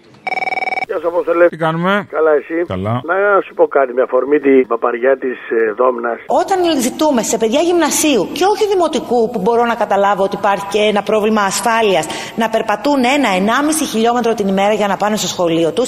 Speaker 32: Γεια σα, Αποστολέ.
Speaker 3: Τι κάνουμε.
Speaker 32: Καλά, εσύ.
Speaker 3: Καλά.
Speaker 32: Να σου πω κάτι με αφορμή την παπαριά της ε, Δόμνας.
Speaker 33: Όταν ζητούμε σε παιδιά γυμνασίου και όχι δημοτικού, που μπορώ να καταλάβω ότι υπάρχει και ένα πρόβλημα ασφάλειας, να περπατούν ένα-ενάμιση χιλιόμετρο την ημέρα για να πάνε στο σχολείο τους,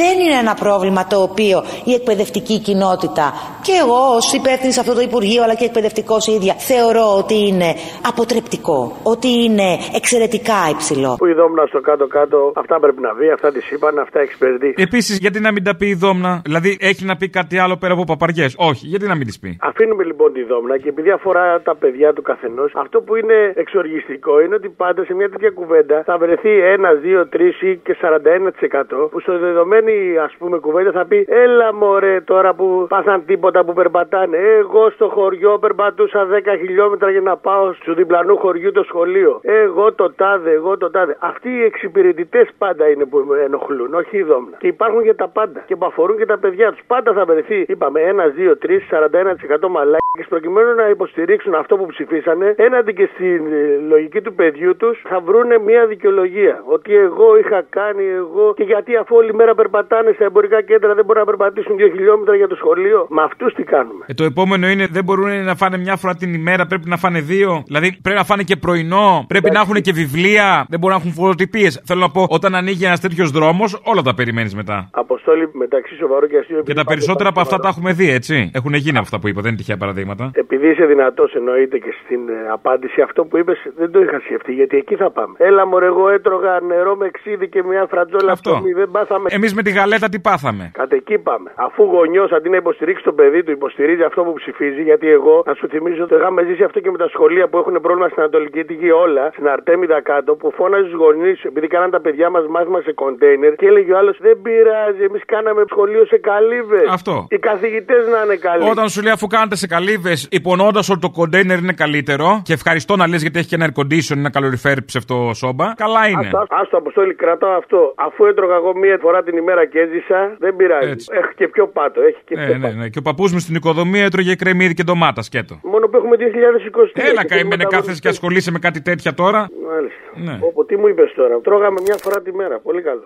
Speaker 33: δεν είναι ένα πρόβλημα το οποίο η εκπαιδευτική κοινότητα και εγώ ως υπεύθυνη σε αυτό το Υπουργείο, αλλά και εκπαιδευτικός ίδια, θεωρώ ότι είναι αποτρεπτικό, ότι είναι εξαιρετικά υψηλό.
Speaker 32: Που η Δόμνα στο κάτω-κάτω, αυτά πρέπει να βγει, αυτά της είπαν, αυτά εξυπηρετεί.
Speaker 3: Επίσης, γιατί να μην τα πει η Δόμνα, δηλαδή έχει να πει κάτι άλλο πέρα από παπαριές. Όχι, γιατί να μην τη πει.
Speaker 32: Αφήνουμε λοιπόν τη δόμνα και επειδή αφορά τα παιδιά του καθενός, αυτό που είναι εξοργιστικό είναι ότι πάντα σε μια τέτοια κουβέντα θα βρεθεί 1, 2, 3 ή και 41% που στο δεδομένη ας πούμε κουβέντα θα πει Έλα μωρέ τώρα που πάθαν τίποτα που περπατάνε. Εγώ στο χωριό περπατούσα 10 χιλιόμετρα για να πάω στο διπλανού χωριού το σχολείο. Εγώ το τάδε, εγώ το τάδε. Αυτοί οι εξυπηρετητές πάντα είναι που με ενοχλούν, όχι η δόμνα. Και υπάρχουν για τα πάντα και που αφορούν και τα παιδιά τους. Πάντα θα βρεθεί, είπαμε, 1, 2, 3, 41% μαλάκι και προκειμένου να υποστηρίξουν αυτό που ψηφίσανε, έναντι και στην ε, λογική του παιδιού τους, θα βρούνε μια δικαιολογία. Ότι εγώ είχα κάνει, εγώ. Και γιατί αφού όλη μέρα περπατάνε στα εμπορικά κέντρα, δεν μπορούν να περπατήσουν δύο χιλιόμετρα για το σχολείο. Με αυτούς τι κάνουμε.
Speaker 3: Ε, το επόμενο είναι δεν μπορούν να φάνε μια φορά την ημέρα, πρέπει να φάνε δύο. Δηλαδή πρέπει να φάνε και πρωινό, πρέπει να έχουν και βιβλία, δεν μπορούν να έχουν φωτοτυπίες. Θέλω να πω, όταν ανοίγει ένας τέτοιος δρόμος, όλα τα περιμένεις μετά.
Speaker 32: Αποστόλη μεταξύ σοβαρό και αστείο.
Speaker 3: Και τα περισσότερα από αυτά τα έχουμε δει, έτσι. Έχουν γίνει από αυτά που είπα, δεν είναι τυχαία παραδείγματα.
Speaker 32: Επειδή είσαι δυνατός, εννοείται και στην ε, απάντηση, αυτό που είπες δεν το είχα σκεφτεί, γιατί εκεί θα πάμε. Έλα, μωρέ, εγώ έτρωγα νερό με ξύδι και μια φρατζόλα
Speaker 3: Αυτό.
Speaker 32: ψωμί, δεν πάθαμε.
Speaker 3: Εμείς με τη γαλέτα τι πάθαμε.
Speaker 32: Κατ' εκεί πάμε. Αφού γονιός αντί να υποστηρίξει το παιδί του, υποστηρίζει αυτό που ψηφίζει, γιατί εγώ, να σου θυμίζω, το είχαμε ζήσει αυτό και με τα σχολεία που έχουν πρόβλημα στην Ανατολική Τυγή όλα, στην Αρτέμιδα κάτω, που φώναζε στους γονείς, επειδή κάναν τα παιδιά μας μάθημα σε κοντέινερ και έλεγε ο άλλος Δεν πειράζει, εμείς κάναμε σχολείο σε καλύβες.
Speaker 3: Αυτό.
Speaker 32: Οι καθηγητές να είναι καλοί.
Speaker 3: Όταν σου λέει αφού κάνετε σε καλύβες, υπονοώντας ότι το κοντέινερ είναι καλύτερο, και ευχαριστώ να λες γιατί έχει και ένα air condition, ένα καλοριφέρ ψευτό σόμπα, καλά είναι.
Speaker 32: Άστο, άστο, αποστόλη, κρατάω αυτό. Αφού έτρωγα εγώ μία φορά την ημέρα και έζησα, δεν πειράζει.
Speaker 3: Έτσι.
Speaker 32: Έχει και πιο πάτο, έχει και πιο
Speaker 3: Ναι, ναι,
Speaker 32: πάτο.
Speaker 3: ναι. Και ο παππούς μου στην οικοδομία έτρωγε κρεμμύδι και ντομάτας, σκέτο.
Speaker 32: Μόνο που έχουμε 2023.
Speaker 3: Έλα,
Speaker 32: Ε, και
Speaker 3: καημένε,
Speaker 32: έχουμε τα-
Speaker 3: κάθεσαι και ασχολείσαι με κάτι τέτοια τώρα.
Speaker 32: Μάλιστα.
Speaker 3: Ναι.
Speaker 32: Όπω τι μου είπες τώρα, τρώγαμε μια φορά τη μέρα. Πολύ καλό.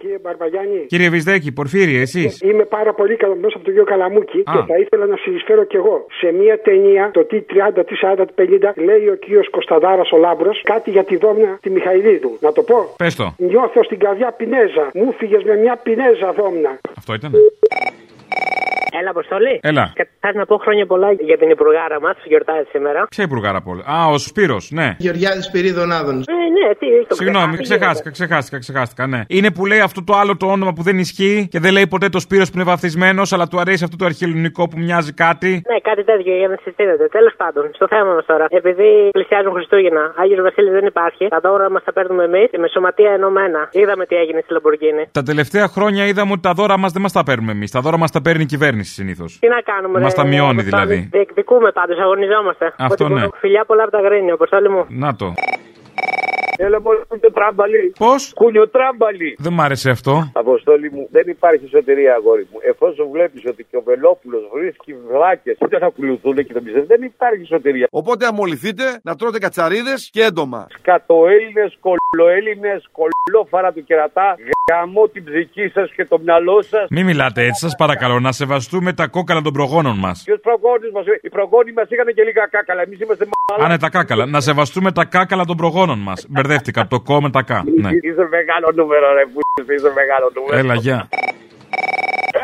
Speaker 25: Κύριε Μπαρμπαγιάννη,
Speaker 3: Κύριε Βυσδέκη, Πορφύρι, εσείς.
Speaker 32: Ε,
Speaker 25: είμαι πάρα πολύ καλωμένο από τον κύριο Καλαμούκη
Speaker 3: Α.
Speaker 25: και θα ήθελα να συνεισφέρω κι εγώ σε μια ταινία, το T30, T40, T50, λέει ο κύριος Κωνσταντάρας ο Λάμπρος κάτι για τη δόμνα τη Μιχαηλίδου. Να το πω.
Speaker 3: Πες το.
Speaker 25: Νιώθω στην καρδιά πινέζα. Μου φύγες με μια πινέζα δόμνα.
Speaker 3: Αυτό ήταν.
Speaker 33: Έλα, Αποστολή.
Speaker 3: Έλα.
Speaker 33: Καταρχά να πω χρόνια πολλά για την υπουργάρα μας που γιορτάζει σήμερα.
Speaker 3: Ποια υπουργάρα από όλα. Α, ο Σπύρος, ναι.
Speaker 33: Γεωργιάδης Πυρίδων Άδων. Ναι, ναι, τι. το
Speaker 3: Συγγνώμη,
Speaker 33: ξεχάσαμε.
Speaker 3: ξεχάστηκα, ξεχάστηκα, ξεχάστηκα, ναι. Είναι που λέει αυτό το άλλο το όνομα που δεν ισχύει και δεν λέει ποτέ το Σπύρος που είναι βαφτισμένος, αλλά του αρέσει αυτό το αρχαιολινικό που μοιάζει κάτι.
Speaker 33: Ναι, κάτι τέτοιο για να συστήνεται. Τέλος πάντων, στο θέμα μας τώρα. Επειδή πλησιάζουν Χριστούγεννα, Άγιος Βασίλης δεν υπάρχει. Τα δώρα μας τα παίρνουμε εμείς με σωματεία ενωμένα. Είδαμε τι έγινε στη Λαμπορκίνη.
Speaker 3: Τα τελευταία χρόνια είδαμε ότι τα δώρα μας δεν μας τα παίρνουμε εμείς. Τα δώρα μας τα παίρνει η κυβέρνηση συνήθως.
Speaker 33: Τι να κάνουμε,
Speaker 3: Μας
Speaker 33: ρε,
Speaker 3: τα μειώνει,
Speaker 33: Αποστόλη.
Speaker 3: δηλαδή.
Speaker 33: Διεκδικούμε πάντως, αγωνιζόμαστε.
Speaker 3: Αυτό
Speaker 33: Ό,τι
Speaker 3: ναι.
Speaker 33: μπορώ. Φιλιά πολλά από τα γρήνια, Αποστόλη μου.
Speaker 3: Να το.
Speaker 9: Έλα μόνο το τράμπαλι.
Speaker 3: Πώς?
Speaker 9: Κουνιοτράμπαλι.
Speaker 3: Δεν μ' άρεσε αυτό.
Speaker 9: Αποστόλη μου, δεν υπάρχει σωτηρία, αγόρι μου. Εφόσον βλέπεις ότι και ο Βελόπουλος βρίσκει βλάκες που δεν ακολουθούν και τον πιστεύουν, δεν υπάρχει σωτηρία.
Speaker 17: Οπότε αμολυθείτε να τρώτε κατσαρίδες και έντομα.
Speaker 9: Κατοέλληνε, κολοέλληνε, κολόφαρα του κερατά, γαμώ την ψυχή σας και το μυαλό σας.
Speaker 3: Μην μιλάτε έτσι, σας παρακαλώ, να σεβαστούμε τα κόκαλα των προγόνων μας.
Speaker 9: Ποιο προγόνι μας, οι προγόνοι μας είχαν και λίγα κάκαλα. Εμείς είμαστε μαλά.
Speaker 3: Άνε ναι, τα κάκαλα. Να σεβαστούμε τα κάκαλα των προγόνων μας. Μπερδεύτηκα. Το κόμμα τα κά. Ναι.
Speaker 9: Είσαι μεγάλο νούμερο, ρε που είσαι μεγάλο νούμερο.
Speaker 3: Έλα, γεια.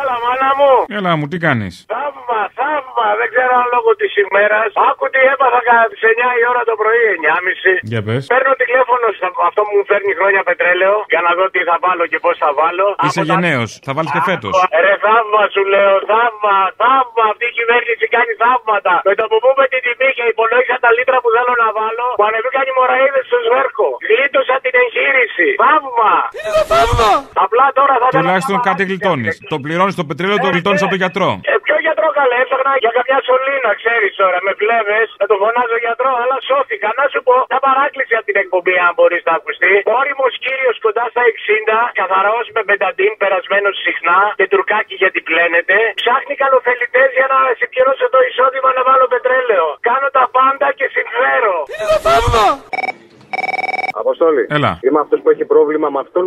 Speaker 2: Έλα, μάνα μου.
Speaker 3: Έλα μου, τι κάνεις.
Speaker 2: Θαύμα, θαύμα. Δεν ξέρω αν λόγω της ημέρας. Άκου τι έπαθα κατά τις 9 η ώρα το πρωί, 9.30.
Speaker 3: Για πες.
Speaker 2: Παίρνω τηλέφωνο σε αυτό που μου φέρνει χρόνια πετρέλαιο για να δω τι θα βάλω και πώς θα βάλω.
Speaker 3: Είσαι
Speaker 2: Άκου τα-
Speaker 3: γενναίος. Θα βάλεις και φέτο.
Speaker 2: Ρε θαύμα σου λέω, θαύμα, θαύμα. Αυτή η κυβέρνηση κάνει θαύματα. Με το που μου είπε την τιμή και υπολόγισα τα λίτρα που θέλω να βάλω, που ανεβήκαν οι μοραίδε στο σβέρκο. Γλίτωσα την εγχείρηση. Θαύμα! θαύμα! Απλά τώρα θα ήθελα
Speaker 3: Τουλάχιστον κάτι γλιτώνεις. Το πληρώνεις το πετρέλαιο, το γλιτώνει από τον γιατρό.
Speaker 2: ε, ποιο γιατρό καλέ, έψαχνα για καμιά σωλήνα, ξέρεις τώρα. Με βλέβε, θα το φωνάζω γιατρό, αλλά σώθηκα. Να σου πω, μια παράκληση από την εκπομπή, αν μπορείς να ακουστεί. Όριμος κύριος κοντά στα 60, καθαρός με πενταντίν, περασμένος συχνά και τουρκάκι γιατί πλένεται. Ψάχνει καλοφελητές για να συμπληρώσω το εισόδημα να βάλω πετρέλαιο. Κάνω τα πάντα και συμφέρω.
Speaker 32: Αποστόλη.
Speaker 3: Έλα.
Speaker 32: Είμαι αυτός που έχει πρόβλημα με αυτόν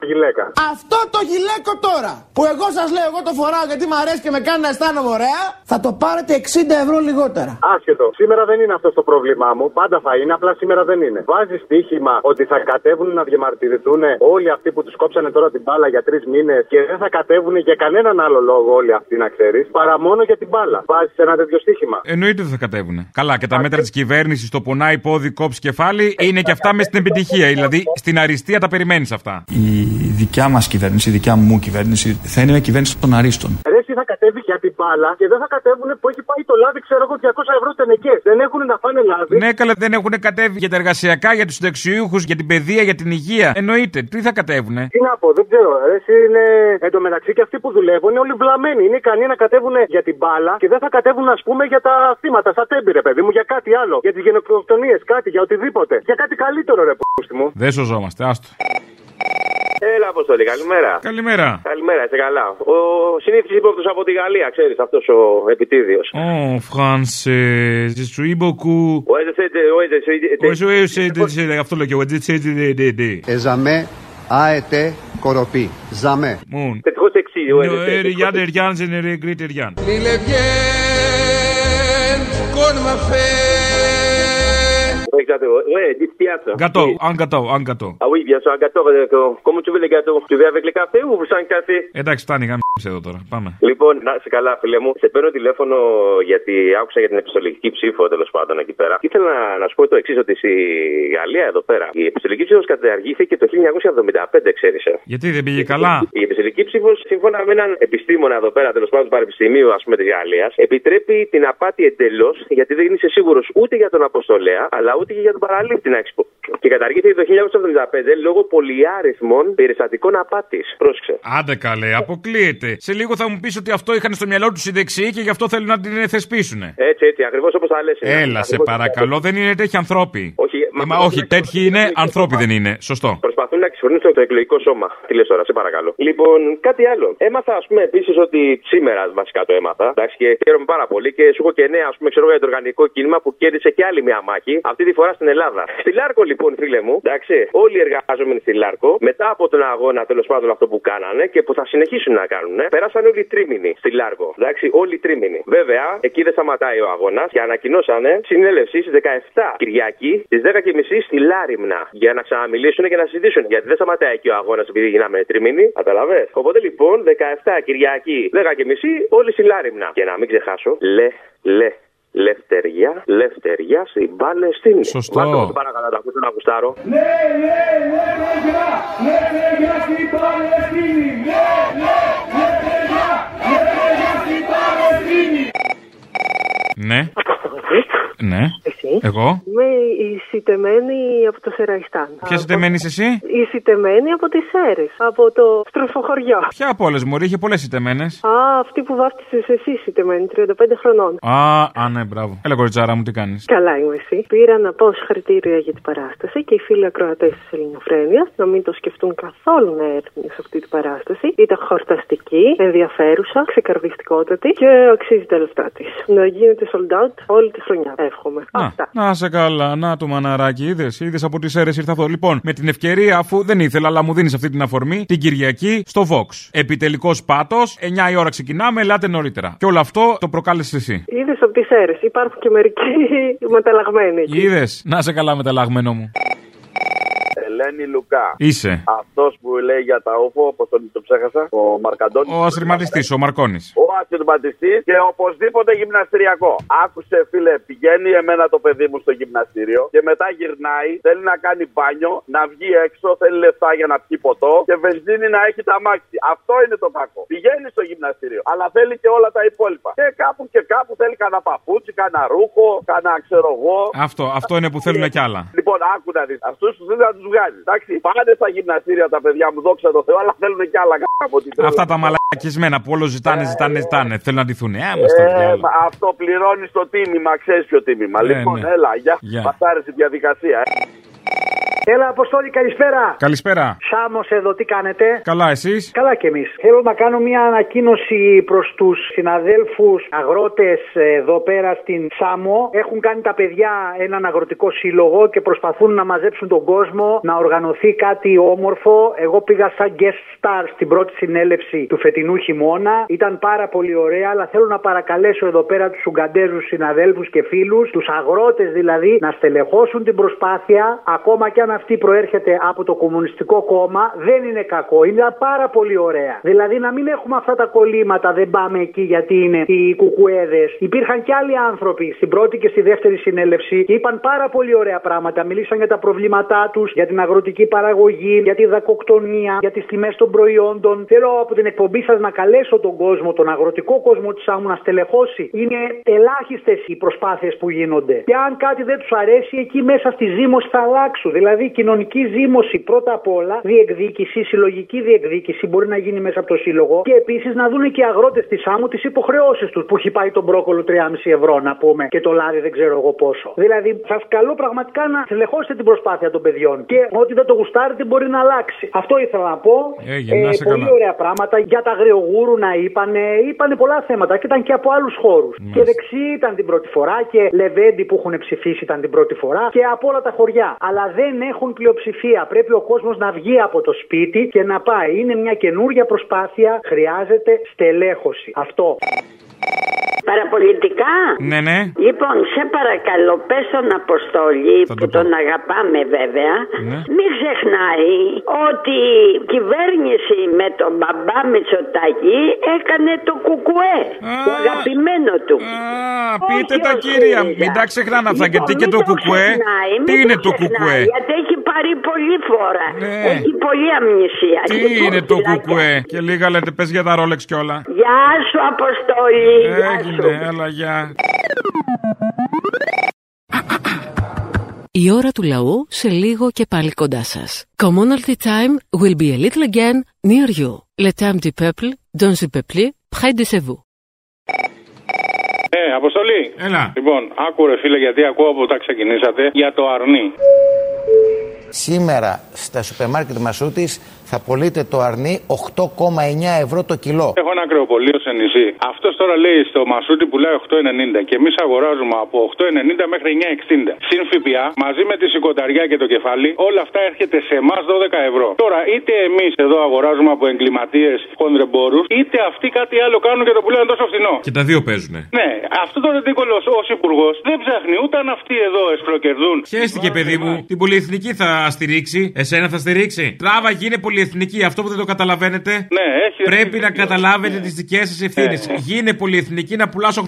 Speaker 32: που
Speaker 9: γυλαίκα.
Speaker 5: Αυτό το γυλαίκο τώρα που εγώ σας λέω, εγώ το φοράω γιατί μου αρέσει και με κάνει να αισθάνομαι ωραία, θα το πάρετε 60 ευρώ λιγότερα.
Speaker 9: Άσχετο. Σήμερα δεν είναι αυτό το πρόβλημά μου. Πάντα θα είναι, απλά σήμερα δεν είναι. Βάζει στοίχημα ότι θα κατέβουν να διαμαρτυρηθούν όλοι αυτοί που τους κόψανε τώρα την μπάλα για τρεις μήνες και δεν θα κατέβουν για κανέναν άλλο λόγο όλοι αυτοί να ξέρεις παρά μόνο για την μπάλα. Βάζεις ένα τέτοιο στοίχημα.
Speaker 3: Εννοείται ότι θα κατέβουνε. Καλά, και τα μέτρα της κυβέρνησης, το πονάει πόδι, κόψει κεφάλι, είναι και αυτά μες στην επιτυχία. Δηλαδή, στην αριστεία τα περιμένει αυτά.
Speaker 11: Η δικιά μας κυβέρνηση, η δικιά μου κυβέρνηση, θα είναι μια κυβέρνηση των αρίστων.
Speaker 9: Ρε, εσύ θα κατέβει για την μπάλα και δεν θα κατέβουν που έχει πάει το λάδι, ξέρω εγώ, 200 ευρώ στενεκέ. Δεν έχουν να φάνε λάδι.
Speaker 3: Ναι, καλά, δεν έχουν κατέβει για τα εργασιακά, για τους συνταξιούχου, για την παιδεία, για την υγεία. Εννοείται, τι θα κατέβουνε.
Speaker 9: Τι να πω, δεν ξέρω. ρε, Εσύ είναι εν τω μεταξύ και αυτοί που δουλεύουν είναι όλοι βλαμμένοι. Είναι ικανοί να κατέβουν για την μπάλα και δεν θα κατέβουν, ας πούμε, για τα θύματα, στα τέμπη, ρε παιδί μου, για κάτι άλλο. Για τις γενοκτονίες, κάτι, για οτιδήποτε. Για κάτι καλύτερο, ρε πούστη μου.
Speaker 3: Δεν σωζόμαστε, άστο.
Speaker 28: Έλα, Αποστολή, καλημέρα.
Speaker 3: Καλημέρα.
Speaker 28: Καλημέρα, είσαι καλά. Ο συνήθις ύποπτο από τη Γαλλία, ξέρεις αυτός ο επιτίδιος.
Speaker 3: Ω, Φρανσέ, je suis beaucoup.
Speaker 28: Ο Έζεσέτε, ο Ε,
Speaker 3: Ο ζωή ε, σε αυτό λέω και εγώ. έτσι, έτσι, ναι, ναι, ναι.
Speaker 18: Εζαμέ, αετέ, κοροπή. Ζαμέ.
Speaker 3: Μουν.
Speaker 28: Ευτυχώ εξή, ο
Speaker 3: Νο, ε, Ριάν, Ριάν, δεν είναι Ριγκρίτ, Ριάν.
Speaker 28: Ouais, exactement. Ouais, dites piazza.
Speaker 3: Gâteau, un gâteau, un gâteau.
Speaker 28: Ah oui, bien sûr, un gâteau. euh, que- Comment tu veux les gâteaux Tu veux avec le café ou sans café
Speaker 3: Εντάξει, φτάνει, γάμισε εδώ τώρα. Πάμε.
Speaker 28: Λοιπόν, να σε καλά, φίλε μου. Σε παίρνω τηλέφωνο γιατί άκουσα για την επιστολική ψήφο τέλος πάντων εκεί πέρα. Ήθελα να, να σου πω το εξής: Ότι στη Γαλλία εδώ πέρα η επιστολική ψήφος καταργήθηκε το 1975, ξέρει.
Speaker 3: Γιατί δεν πήγε καλά.
Speaker 28: Η επιστημονική ψήφος, σύμφωνα με έναν επιστήμονα εδώ πέρα, τέλος πάντων του Πανεπιστημίου, ας πούμε, της Γαλλίας, επιτρέπει την απάτη εντελώς, γιατί δεν είσαι σίγουρος ούτε για τον αποστολέα, αλλά ούτε και για τον παραλήπτη να εξπο. Και καταργήθηκε το 1975 λόγω πολυάριθμων περιστατικών απάτης. Πρόσεξε.
Speaker 3: Άντε καλέ, αποκλείεται. Σε λίγο θα μου πεις ότι αυτό είχαν στο μυαλό τους οι δεξιοί και γι' αυτό θέλουν να την θεσπίσουν.
Speaker 28: Έτσι, έτσι, ακριβώς όπως τα λε.
Speaker 3: Έλα, σε παρακαλώ, δεν είναι τέτοιοι ανθρώποι.
Speaker 28: Όχι,
Speaker 3: Ε, μα όχι, τέτοιοι είναι, ανθρώποι δεν είναι. Σωστό.
Speaker 28: Προσπαθούν να ξυπνήσουν το εκλογικό σώμα. Τι λες τώρα, σε παρακαλώ. Λοιπόν, κάτι άλλο. Έμαθα, ας πούμε, επίσης ότι σήμερα βασικά το έμαθα. Εντάξει, και χαίρομαι πάρα πολύ και σου έχω και νέα, ας πούμε, ξέρω για το οργανικό κίνημα που κέρδισε και άλλη μια μάχη. Αυτή τη φορά στην Ελλάδα. Στη Λάρκο, λοιπόν, φίλε μου, εντάξει, όλοι οι εργαζόμενοι στη Λάρκο, μετά από τον αγώνα τέλος πάντων αυτό που κάνανε και που θα συνεχίσουν να κάνουν, πέρασαν όλοι τρίμηνοι στη Λάρκο. Εντάξει, όλοι τρίμηνοι. Βέβαια, εκεί δεν σταματάει ο αγώνας και ανακοινώσανε συνέλευση στις 17 Κυριακή στις 10.30 στη Λάριμνα για να ξαναμιλήσουν και να συζητήσουν. Γιατί δεν σταματάει εκεί ο αγώνας επειδή γίναμε τρίμηνοι. Καταλαβέ. Οπότε λοιπόν 17 Κυριακή 10.30 όλοι στη Λάριμνα. Και να μην ξεχάσω, λε, λε. Λευτεριά, λευτεριά στην Παλαιστίνη. Σωστό. Βάλτε μου, παρακαλώ, να ακούσω να ακουστάρω.
Speaker 20: Ναι,
Speaker 3: Ναι. Ναι. Εγώ.
Speaker 19: Είμαι η σιτεμένη από το Σεραϊστάν.
Speaker 3: Ποια συντεμένη εσύ.
Speaker 19: Η σιτεμένη από τι Σέρε, από το στροφοχωριό.
Speaker 3: Ποια από όλες, Μωρή, είχε πολλές συντεμένε.
Speaker 19: Α, αυτή που βάφτισες εσύ σιτεμένη, 35 χρονών.
Speaker 3: Α, α, ναι, μπράβο. Έλα, κοριτσάρα μου, τι κάνεις.
Speaker 19: Καλά είμαι εσύ. Πήρα να πω συγχαρητήρια για την παράσταση και οι φίλοι ακροατές της Ελληνοφρένειας να μην το σκεφτούν καθόλου να έρθουν σε αυτή την παράσταση. Ήταν χορταστική, ενδιαφέρουσα, ξεκαρδιστικότατη και αξίζει τα λεφτά της. Να γίνεται sold out όλη τη χρονιά, εύχομαι.
Speaker 3: Να, να σε καλά, να το μαναράκι, είδες. Είδες από τις αίρες ήρθα αυτό. Λοιπόν, με την ευκαιρία, αφού δεν ήθελα, αλλά μου δίνεις αυτή την αφορμή, την Κυριακή στο Vox. Επιτελικός πάτος, 9 η ώρα ξεκινάμε, ελάτε νωρίτερα. Και όλο αυτό το προκάλεσες εσύ.
Speaker 19: Είδες από τις αίρες. Υπάρχουν και μερικοί μεταλλαγμένοι.
Speaker 3: Είδες, να σε καλά, μεταλλαγμένο μου.
Speaker 9: Ελένη Λουκά.
Speaker 3: Είσαι.
Speaker 9: Αυτός που λέει για τα όφο, όπως τον το ψέχασα, ο Μαρκαντώνης.
Speaker 3: Ο ασυρματιστής, ο Μαρκώνης.
Speaker 9: Ο αθληματιστή και οπωσδήποτε γυμναστηριακό. Άκουσε, φίλε, πηγαίνει εμένα το παιδί μου στο γυμναστήριο και μετά γυρνάει, θέλει να κάνει μπάνιο, να βγει έξω, θέλει λεφτά για να πιει ποτό και βενζίνη να έχει τα μάξι. Αυτό είναι το κακό. Πηγαίνει στο γυμναστήριο, αλλά θέλει και όλα τα υπόλοιπα. Και κάπου και κάπου θέλει κανένα παπούτσι, κανένα ρούχο, κανένα ξέρω εγώ.
Speaker 3: Αυτό, αυτό είναι που θέλουμε κι άλλα.
Speaker 9: Λοιπόν, άκου να δεις. Αυτούς του δεν θα του βγάζει. Εντάξει, πάνε στα γυμναστήρια τα παιδιά μου, δόξα τω Θεώ, αλλά θέλουν κι άλλα κα- από την τρέλα.
Speaker 3: Αυτά τα μαλακισμένα που όλο ζητάνε, ζητάνε, ζητάνε. Θέλουν να ντυθούν. Ε, άμα στα
Speaker 9: Ε,
Speaker 3: διάλογα.
Speaker 9: μα αυτό πληρώνεις το τίμημα, ξέρεις ποιο τίμημα.
Speaker 3: Ναι,
Speaker 9: λοιπόν,
Speaker 3: ναι.
Speaker 9: έλα, γεια.
Speaker 3: Γεια.
Speaker 9: Μας άρεσε η διαδικασία. Ε.
Speaker 34: Έλα, Αποστόλη, καλησπέρα.
Speaker 3: Καλησπέρα.
Speaker 34: Σάμος εδώ, τι κάνετε.
Speaker 3: Καλά, εσείς.
Speaker 34: Καλά κι εμείς. Θέλω να κάνω μια ανακοίνωση προς τους συναδέλφους αγρότες εδώ πέρα στην Σάμο. Έχουν κάνει τα παιδιά έναν αγροτικό σύλλογο και προσπαθούν να μαζέψουν τον κόσμο, να οργανωθεί κάτι όμορφο. Εγώ πήγα σαν guest star στην πρώτη συνέλευση του φετινού χειμώνα. Ήταν πάρα πολύ ωραία, αλλά θέλω να παρακαλέσω εδώ πέρα τους Ουγγαντέζου συναδέλφους και φίλους, τους αγρότες δηλαδή, να στελεχώσουν την προσπάθεια, ακόμα και αν αυτή προέρχεται από το Κομμουνιστικό Κόμμα, δεν είναι κακό. Είναι πάρα πολύ ωραία. Δηλαδή να μην έχουμε αυτά τα κολλήματα, δεν πάμε εκεί γιατί είναι οι κουκουέδες. Υπήρχαν και άλλοι άνθρωποι στην πρώτη και στη δεύτερη συνέλευση και είπαν πάρα πολύ ωραία πράγματα. Μιλήσαν για τα προβλήματά τους, για την αγροτική παραγωγή, για τη δακοκτονία, για τις τιμές των προϊόντων. Θέλω από την εκπομπή σας να καλέσω τον κόσμο, τον αγροτικό κόσμο της Άμου να στελεχώσει. Είναι ελάχιστες οι προσπάθειες που γίνονται. Και αν κάτι δεν τους αρέσει, εκεί μέσα στη ζήμωση θα αλλάξουν. Δηλαδή κοινωνική ζήμωση πρώτα απ' όλα, διεκδίκηση, συλλογική διεκδίκηση μπορεί να γίνει μέσα από το σύλλογο. Και επίσης να δουν και οι αγρότες της Άμμου τις υποχρεώσεις τους που έχει πάει τον μπρόκολο 3,5 ευρώ να πούμε και το λάδι δεν ξέρω εγώ πόσο. Δηλαδή σας καλώ πραγματικά να στελεχώσετε την προσπάθεια των παιδιών. Και ό,τι δεν το γουστάρετε μπορεί να αλλάξει. Αυτό ήθελα να πω. Ε,
Speaker 3: Έγινε, να είσαι
Speaker 34: πολύ
Speaker 3: καλά.
Speaker 34: ωραία πράγματα για τα αγριογούρου να είπανε. Είπανε πολλά θέματα και ήταν και από άλλους χώρους. Και δεξί ήταν την πρώτη φορά και λεβέντι που έχουν ψηφίσει ήταν την πρώτη φορά και από όλα τα χωριά. Αλλά δεν έχουν πλειοψηφία. Πρέπει ο κόσμος να βγει από το σπίτι και να πάει. Είναι μια καινούργια προσπάθεια. Χρειάζεται στελέχωση. Αυτό.
Speaker 35: Παραπολιτικά.
Speaker 3: Ναι, ναι.
Speaker 35: Λοιπόν, σε παρακαλώ, πες τον Αποστόλη,
Speaker 3: Θα το
Speaker 35: που
Speaker 3: πω.
Speaker 35: τον αγαπάμε βέβαια,
Speaker 3: Ναι.
Speaker 35: μην ξεχνάει ότι η κυβέρνηση με τον μπαμπά Μητσοτάκη έκανε το κουκουέ. Το αγαπημένο του. Λοιπόν,
Speaker 3: Πείτε τα κύρια, μην τα ξεχνάνε αυτά. Γιατί και το κουκουέ.
Speaker 35: ξεχνάει,
Speaker 3: Τι
Speaker 35: μην
Speaker 3: είναι
Speaker 35: το
Speaker 3: το
Speaker 35: ξεχνάει,
Speaker 3: κουκουέ. Ναι.
Speaker 35: Γιατί έχει πάρει πολύ φορά. Έχει πολύ αμνησία. Λοιπόν, Και
Speaker 3: Τι είναι το κουκουέ. Και λίγα λέτε, πες για τα ρόλεξ και όλα.
Speaker 35: Γεια σου, Αποστόλη.
Speaker 3: Ε,
Speaker 35: Γεια σου.
Speaker 3: Έγινε, έλα, γεια.
Speaker 1: Η ώρα του λαού σε λίγο και πάλι κοντά σας. Commonalty time will be a little again near you. Le temps du peuple, dans le peuple, près de chez vous.
Speaker 36: Ε, Αποστολή.
Speaker 3: Έλα.
Speaker 36: Λοιπόν, άκουρε φίλε, γιατί ακούω από τα ξεκινήσατε για το αρνί.
Speaker 37: Σήμερα στα σούπερ μάρκετ Μασούτης θα πωλείται το αρνί 8,9 ευρώ το κιλό.
Speaker 36: Έχω ένα ακροπολείο σε νησί. Αυτός τώρα λέει στο Μασούτι πουλάει 8,90 και εμείς αγοράζουμε από 8,90 μέχρι 9,60. Συν ΦΠΑ, μαζί με τη σηκωταριά και το κεφάλι, όλα αυτά έρχεται σε εμάς 12 ευρώ. Τώρα, είτε εμείς εδώ αγοράζουμε από εγκληματίες χονδρεμπόρους, είτε αυτοί κάτι άλλο κάνουν και το πουλάνε τόσο φθηνό.
Speaker 3: Και τα δύο παίζουνε.
Speaker 36: Ναι, αυτό τώρα Νίκολο ως υπουργός δεν ψάχνει ούτε αν αυτοί εδώ εσπροκερδούν.
Speaker 3: Χαίστηκε, παιδί μου. Την πολυεθνική θα στηρίξει. Εσένα θα στηρίξει. Τράβαγε είναι πολυεθνική. Αυτό που δεν το καταλαβαίνετε. Πρέπει να καταλάβετε τις δικές σας ευθύνες. Γίνε πολυεθνική να πουλάς 8,90.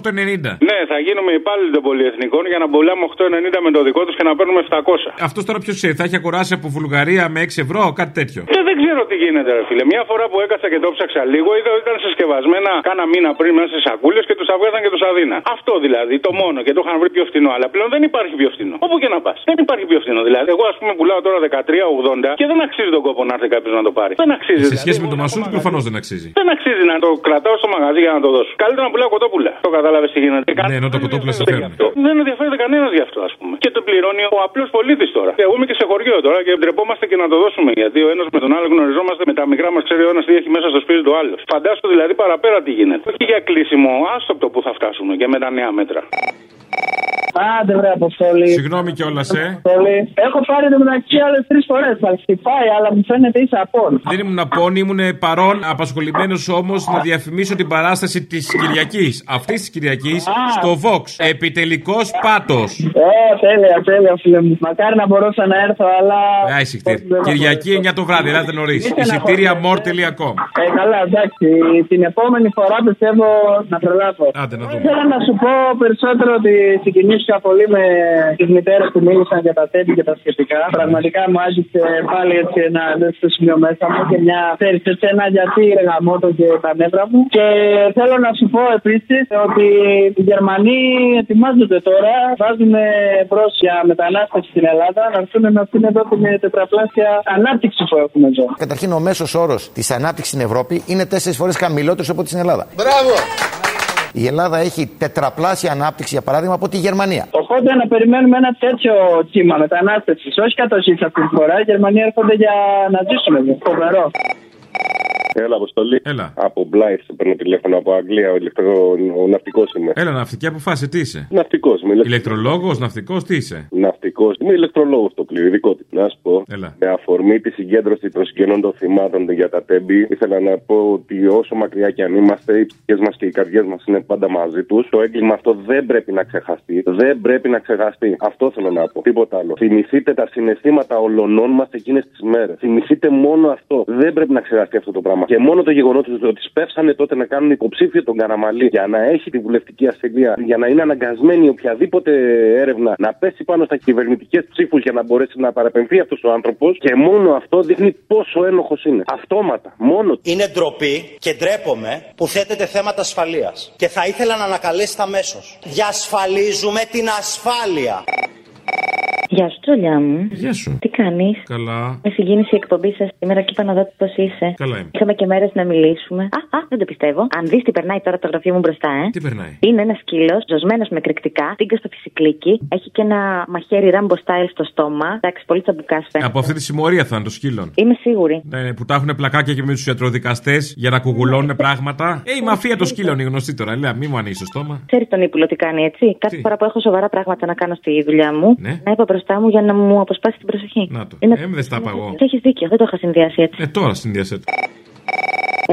Speaker 36: Ναι, θα γίνουμε υπάλληλοι των πολυεθνικών για να πουλάμε 8,90 με το δικό τους και να παίρνουμε 700.
Speaker 3: Αυτός τώρα ποιος ξέρει, θα έχει αγοράσει από Βουλγαρία με 6 ευρώ, κάτι τέτοιο.
Speaker 36: Ε, δεν ξέρω τι γίνεται, ρε φίλε. Μια φορά που έκατσα και το ψάξα λίγο, είδα ότι ήταν συσκευασμένα κάνα μήνα πριν μέσα σε σακούλες και τους τα βγάζαν και τους αδίνα. Αυτό δηλαδή, το μόνο και το είχαν βρει πιο φθηνό. Αλλά πλέον δεν υπάρχει πιο φθηνό. Όπου και να πας. Δεν υπάρχει πιο φθηνό. Δηλαδή, εγώ ας πούμε πουλάω τώρα 13,80 και δεν αξίζει τον κόπο να έρθει κάποιος να το πάρει. Δεν αξίζει.
Speaker 3: Σε σχέση με το Μασούτ, προφανώ δεν αξίζει.
Speaker 36: Δεν αξίζει να το κρατάω στο μαγαζί για να το δώσω. Καλύτερα να πουλάω κοτόπουλα. Το κατάλαβες τι γίνεται.
Speaker 3: Ναι, ενώ τα κοτόπουλα σε φέρνουν.
Speaker 36: Δεν ενδιαφέρεται κανένας γι' αυτό, ας πούμε. Και το πληρώνει ο απλός πολίτης τώρα. Εγώ είμαι και σε χωριό τώρα και ντρεπόμαστε και να το δώσουμε. Γιατί ο ένας με τον άλλο γνωριζόμαστε με τα μικρά μας, ξέρει ο ένας τι έχει μέσα στο σπίτι του άλλου. Φαντάσου δηλαδή παραπέρα τι γίνεται. Όχι για κλείσιμο, άστο από το που θα φτάσουμε και με τα νέα μέτρα.
Speaker 38: Άντε βρε Αποστολή.
Speaker 3: Συγγνώμη κιόλας, ε.
Speaker 38: Αποστολή. Έχω πάρει το μεταξύ άλλες τρεις φορές. Θα χτυπάει, αλλά μου φαίνεται είσαι απόν.
Speaker 3: Δεν ήμουν απόν, ήμουν παρόν, απασχολημένος όμως να διαφημίσω την παράσταση της Κυριακής. Αυτής της Κυριακής στο Vox. Επιτελικός πάτος.
Speaker 38: Ε, τέλεια, τέλεια, φίλε μου. Μακάρι να μπορούσα να έρθω, αλλά.
Speaker 3: Α, εισηχτήρι. Κυριακή 9 το βράδυ, ελάτε νωρίς. Εισιτήρια more.com.
Speaker 38: Ε, καλά, εντάξει. Την επόμενη φορά πιστεύω να προλάβω.
Speaker 3: Άντε να δούμε.
Speaker 38: Ήθελα να σου πω περισσότερο ότι συγκινήθηκα πολύ με τις μητέρες που μίλησαν για τα τέμπη και τα σχετικά. Πραγματικά μου άγγιξε πάλι έτσι ένα δεύτερο σημείο μέσα μου και μια ξέρεις έτσι ένα γιατί ρε γαμότο και τα νεύρα μου. Και θέλω να σου πω επίσης ότι οι Γερμανοί ετοιμάζονται τώρα, βάζουν μπρος για μετανάστευση στην Ελλάδα να έρθουν να αυτήν εδώ την τετραπλάσια ανάπτυξη που έχουμε εδώ.
Speaker 37: Καταρχήν ο μέσος όρος της ανάπτυξης στην Ευρώπη είναι 4 φορές χαμηλότερος από ό,τι στην Ελλάδα.
Speaker 38: Μπράβο!
Speaker 37: Η Ελλάδα έχει τετραπλάσια ανάπτυξη για παράδειγμα από τη Γερμανία.
Speaker 38: Οπότε να περιμένουμε ένα τέτοιο κύμα μετανάστευσης. Όχι κατοχής αυτής της φορά. Οι Γερμανοί έρχονται για να ζήσουν εδώ. Φοβερό.
Speaker 7: Έλα, Αποστολή. Έλα. Από Μπλάιτ παίρνω τηλέφωνο από Αγγλία, ο, ηλεκτρο... ο ναυτικός είμαι.
Speaker 3: Έλα, ναυτική αποφάση, τι είσαι.
Speaker 7: Ναυτικός, είμαι
Speaker 3: Ηλεκτρολόγος, ναυτικός, τι είσαι.
Speaker 7: Ναυτικός. Είμαι ηλεκτρολόγος στο πλοίο, ειδικό τι. Να σου πω. Με αφορμή τη συγκέντρωση των συγγενών των θυμάτων για τα τέμπη, ήθελα να πω ότι όσο μακριά κι αν είμαστε, οι ψυχέ μας και οι καρδιές μας είναι πάντα μαζί τους. Το έγκλημα αυτό δεν πρέπει να ξεχαστεί. Δεν πρέπει να ξεχαστεί. Αυτό θέλω να πω. Τίποτα άλλο. Θυμηθείτε τα συναισθήματα ολονών μας εκείνες τις μέρες. Θυμηθείτε μόνο αυτό. Δεν πρέπει να ξεχαστεί αυτό το πράγμα. Και μόνο το γεγονός ότι σπεύσανε τότε να κάνουν υποψήφιο τον Καραμαλή για να έχει τη βουλευτική ασυλία, για να είναι αναγκασμένη οποιαδήποτε έρευνα να πέσει πάνω στα κυβερνητικές ψήφους για να μπορέσει να παραπεμφθεί αυτός ο άνθρωπος. Και μόνο αυτό δείχνει πόσο ένοχος είναι. Αυτόματα, μόνο του.
Speaker 9: Είναι ντροπή και ντρέπομαι που θέτεται θέματα ασφαλείας. Και θα ήθελα να ανακαλέσετε αμέσω. Διασφαλίζουμε την ασφάλεια.
Speaker 29: Γεια σου, Τζολιά μου.
Speaker 3: Γεια σου.
Speaker 29: Τι κάνεις.
Speaker 3: Καλά.
Speaker 29: Με συγκίνησε η εκπομπή σας σήμερα και είπα να δω πώς είσαι.
Speaker 3: Καλά είμαι.
Speaker 29: Είχαμε και μέρες να μιλήσουμε. Α, α, δεν το πιστεύω. Αν δεις τι περνάει τώρα το γραφείο μου μπροστά, ε.
Speaker 3: Τι περνάει.
Speaker 29: Είναι ένα σκύλο, ζωσμένο με εκρηκτικά, τίγκα στο φυσικλίκι. Έχει και ένα μαχαίρι ράμπο style στο στόμα. Εντάξει, πολύ τσαμπουκάς φαίνεται.
Speaker 3: Από αυτή τη συμμορία θα είναι το σκύλο.
Speaker 29: Είμαι σίγουρη.
Speaker 3: Ναι, ναι, που τα έχουν πλακάκια και με τους ιατροδικαστές για να κουγουλώνουν πράγματα. Ε, η μαφία των σκύλων είναι γνωστή τώρα. Λέω, μη μου ανοίξεις το στόμα.
Speaker 29: Ξέρει τον ύπουλο τι κάνει, έτσι. Κάθε φορά που έχω σοβαρά πράγματα να κάνω στη δουλειά μου,
Speaker 3: Ναι.
Speaker 29: να είπα μπροστά μου για να μου αποσπάσει την προσοχή.
Speaker 3: Να το.
Speaker 29: Είναι-
Speaker 3: Ε, μη δεν στα είπα εγώ.
Speaker 29: Και έχεις δίκιο, δεν το είχα συνδυάσει έτσι.
Speaker 3: Ε, τώρα συνδυασέ το.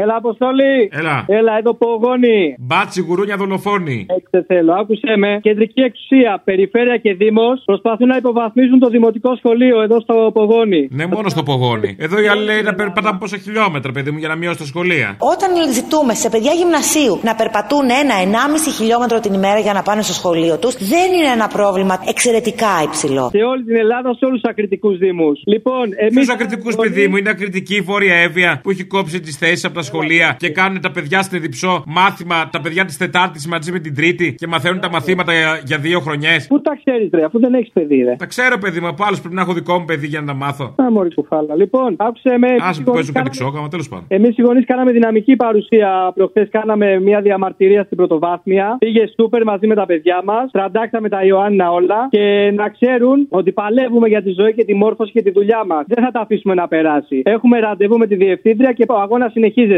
Speaker 39: Έλα, Αποστολή!
Speaker 3: Έλα.
Speaker 39: Έλα, εδώ πογόνι!
Speaker 3: Μπάτσι, γουρούνια δολοφόνη.
Speaker 39: Έτσι θέλω, άκουσε με. Κεντρική εξουσία, περιφέρεια και δήμος προσπαθούν να υποβαθμίσουν το δημοτικό σχολείο εδώ στο Πογόνι.
Speaker 3: Ναι, μόνο στο πογόνι. Εδώ οι άλλοι λέει να περπατάμε πόσα χιλιόμετρα, παιδί μου, για να μειώσει τα σχολεία.
Speaker 33: Όταν ζητούμε σε παιδιά γυμνασίου να περπατούν ένα-ενάμιση χιλιόμετρο την ημέρα για να πάνε στο σχολείο τους, δεν είναι ένα πρόβλημα εξαιρετικά υψηλό.
Speaker 39: Σε όλη την Ελλάδα, σε όλους τους ακριτικούς δήμους. Λοιπόν, εμεί.
Speaker 3: Ποιου ακριτικούς, παιδί μου, είναι ακριτική η Βόρεια Εύβοια που έχει κόψει τις θέσεις από τα σχολεία και κάνουν τα παιδιά στην Εδιψό μάθημα, τα παιδιά της Τετάρτης μαζί με την Τρίτη και μαθαίνουν τα μαθήματα για, για δύο χρονιές.
Speaker 39: Πού τα ξέρεις, ρε, αφού δεν έχεις παιδί, ρε.
Speaker 3: Τα ξέρω, παιδί μου, από άλλους πρέπει να έχω δικό μου παιδί για να τα μάθω.
Speaker 39: Α, μωρή κουφάλα. Λοιπόν, άκουσε με.
Speaker 3: Άσε που παίζουν κάτι ξόκαμα, τέλος πάντων.
Speaker 39: Εμείς οι γονείς κάναμε δυναμική παρουσία προχθές. Κάναμε μια διαμαρτυρία στην πρωτοβάθμια. Πήγε σούπερ μαζί με τα παιδιά μας. Τραντάξαμε τα Ιωάννα όλα. Και να ξέρουν ότι παλεύουμε για τη ζωή και τη μόρφωση και τη δουλειά μας. Δεν θα τα αφήσουμε να περάσει. Έχουμε ραντεβού με τη διευθύντρια και ο αγώνας συνεχίζεται.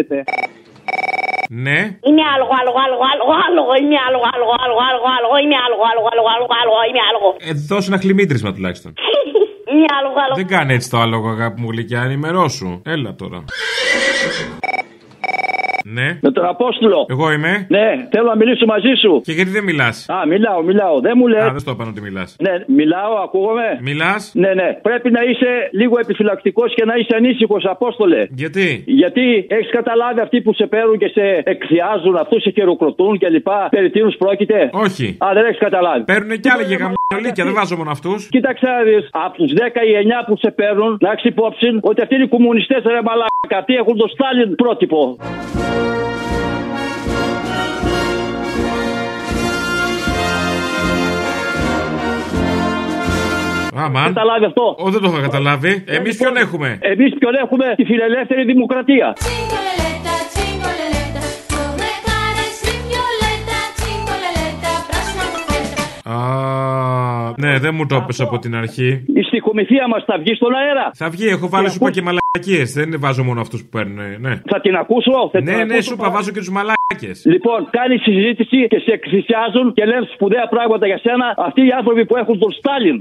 Speaker 3: Ναι.
Speaker 14: Είμαι άλογο, άλογο, άλογο, άλογο, άλογο, είμαι άλογο, άλογο, άλογο, άλογο, άλογο, είμαι άλογο, άλογο, άλογο, άλογο, άλογο, είμαι άλογο.
Speaker 3: Ε, δώσε ένα χλιμίτρισμα τουλάχιστον.
Speaker 14: Είμαι άλογο, άλογο.
Speaker 3: Δεν κάνει έτσι το άλογο, αγάπη μου γλυκιά, ενημερώσου. Έλα τώρα. Ναι.
Speaker 30: Με τον Απόστολο.
Speaker 3: Εγώ είμαι.
Speaker 30: Ναι, θέλω να μιλήσω μαζί σου.
Speaker 3: Και γιατί δεν μιλάς.
Speaker 30: Α, μιλάω, μιλάω. Δεν μου λες.
Speaker 3: Α, δεν στο είπαν ότι μιλάς.
Speaker 30: Ναι, μιλάω, ακούγομαι.
Speaker 3: Μιλάς.
Speaker 30: Ναι, ναι. Πρέπει να είσαι λίγο επιφυλακτικός και να είσαι ανήσυχος, Απόστολε.
Speaker 3: Γιατί.
Speaker 30: Γιατί έχεις καταλάβει αυτοί που σε παίρνουν και σε εκθιάζουν, αυτούς σε χειροκροτούν κλπ. Περί τίνους πρόκειται.
Speaker 3: Όχι.
Speaker 30: Α, δεν έχεις καταλάβει.
Speaker 3: Παίρνουν κι άλλα για γαμιολίκια, δεν βάζω μόνο αυτούς.
Speaker 30: Κοίταξε να δεις. Από τους 10 ή 9 που σε παίρνουν, να έχεις υπόψη ότι αυτοί είναι οι κομμουνιστές, ρε μαλάκα. Αυτοί έχουν το Στάλιν πρότυπο.
Speaker 3: Αμάν. Καταλάβει
Speaker 30: αυτό. Ε, λοιπόν-
Speaker 3: Ω, δεν το είχα καταλάβει. Εμείς ποιον έχουμε.
Speaker 30: Εμείς ποιον έχουμε τη φιλελεύθερη δημοκρατία.
Speaker 3: Α, ναι, δεν μου το έπεσε από την αρχή.
Speaker 30: Η στοιχομηθεία μας θα βγει στον αέρα. Λοιπόν-
Speaker 3: Θα βγει, έχω βάλει σου είπα και μαλακίες. Δεν βάζω μόνο αυτούς που παίρνουν. Ναι,
Speaker 30: Θα την ακούσω, θα την
Speaker 3: ναι, ναι
Speaker 30: ακούσω
Speaker 3: σου είπα, βάζω και τους μαλάκες.
Speaker 30: Λοιπόν, κάνει συζήτηση και σε εκθυσιάζουν και λένε σπουδαία πράγματα για σένα αυτοί οι άνθρωποι που έχουν τον Στάλιν.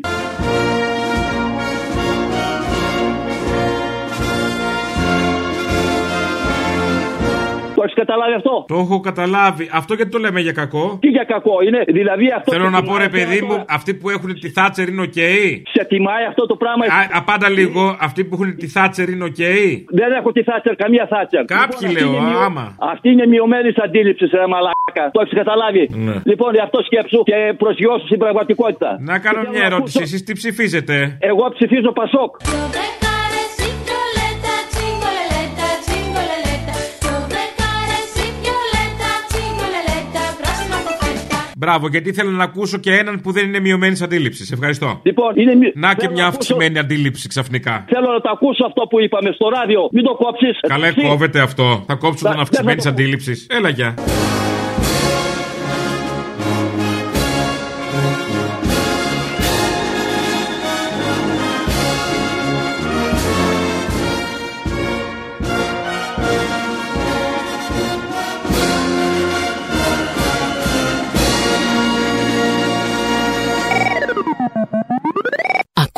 Speaker 30: Το έχεις καταλάβει αυτό.
Speaker 3: Το έχω καταλάβει. Αυτό γιατί το λέμε για κακό.
Speaker 30: Τι για κακό είναι, δηλαδή αυτό.
Speaker 3: Θέλω
Speaker 30: σε
Speaker 3: να πω,
Speaker 30: τιμάει
Speaker 3: ρε
Speaker 30: τώρα
Speaker 3: παιδί
Speaker 30: το-
Speaker 3: μου, αυτοί που έχουν τη Θάτσερ είναι οκ.
Speaker 30: Σε τιμάει αυτό το πράγμα.
Speaker 3: Α, απάντα λίγο, αυτοί που έχουν τη Θάτσερ είναι οκ.
Speaker 30: Δεν έχω τη Θάτσερ, καμία Θάτσερ.
Speaker 3: Κάποιοι
Speaker 30: αυτή
Speaker 3: λέω,
Speaker 30: είναι μειω-
Speaker 3: άμα.
Speaker 30: Αυτή είναι μειωμένη αντίληψης, ρε μαλάκα. Το έχεις καταλάβει.
Speaker 3: Ναι.
Speaker 30: Λοιπόν, γι' αυτό σκέψου και προσγειώσου στην πραγματικότητα.
Speaker 3: Να κάνω μια ερώτηση. Εσείς τι ψηφίζετε.
Speaker 30: Εγώ ψηφίζω Πασόκ.
Speaker 3: Μπράβο, γιατί ήθελα να ακούσω και έναν που δεν είναι μειωμένης αντίληψης. Ευχαριστώ.
Speaker 30: Λοιπόν, είναι μει-
Speaker 3: Να και
Speaker 30: θέλω
Speaker 3: μια
Speaker 30: να ακούσω-
Speaker 3: αυξημένη αντίληψη ξαφνικά.
Speaker 30: Θέλω να το ακούσω αυτό που είπαμε στο ράδιο. Μην το κόψεις.
Speaker 3: Καλέ, κόβεται αυτό. Θα κόψω
Speaker 30: Δε-
Speaker 3: τον
Speaker 30: δεν
Speaker 3: αυξημένη
Speaker 30: θα το πω.
Speaker 3: αντίληψης. Έλα, γεια.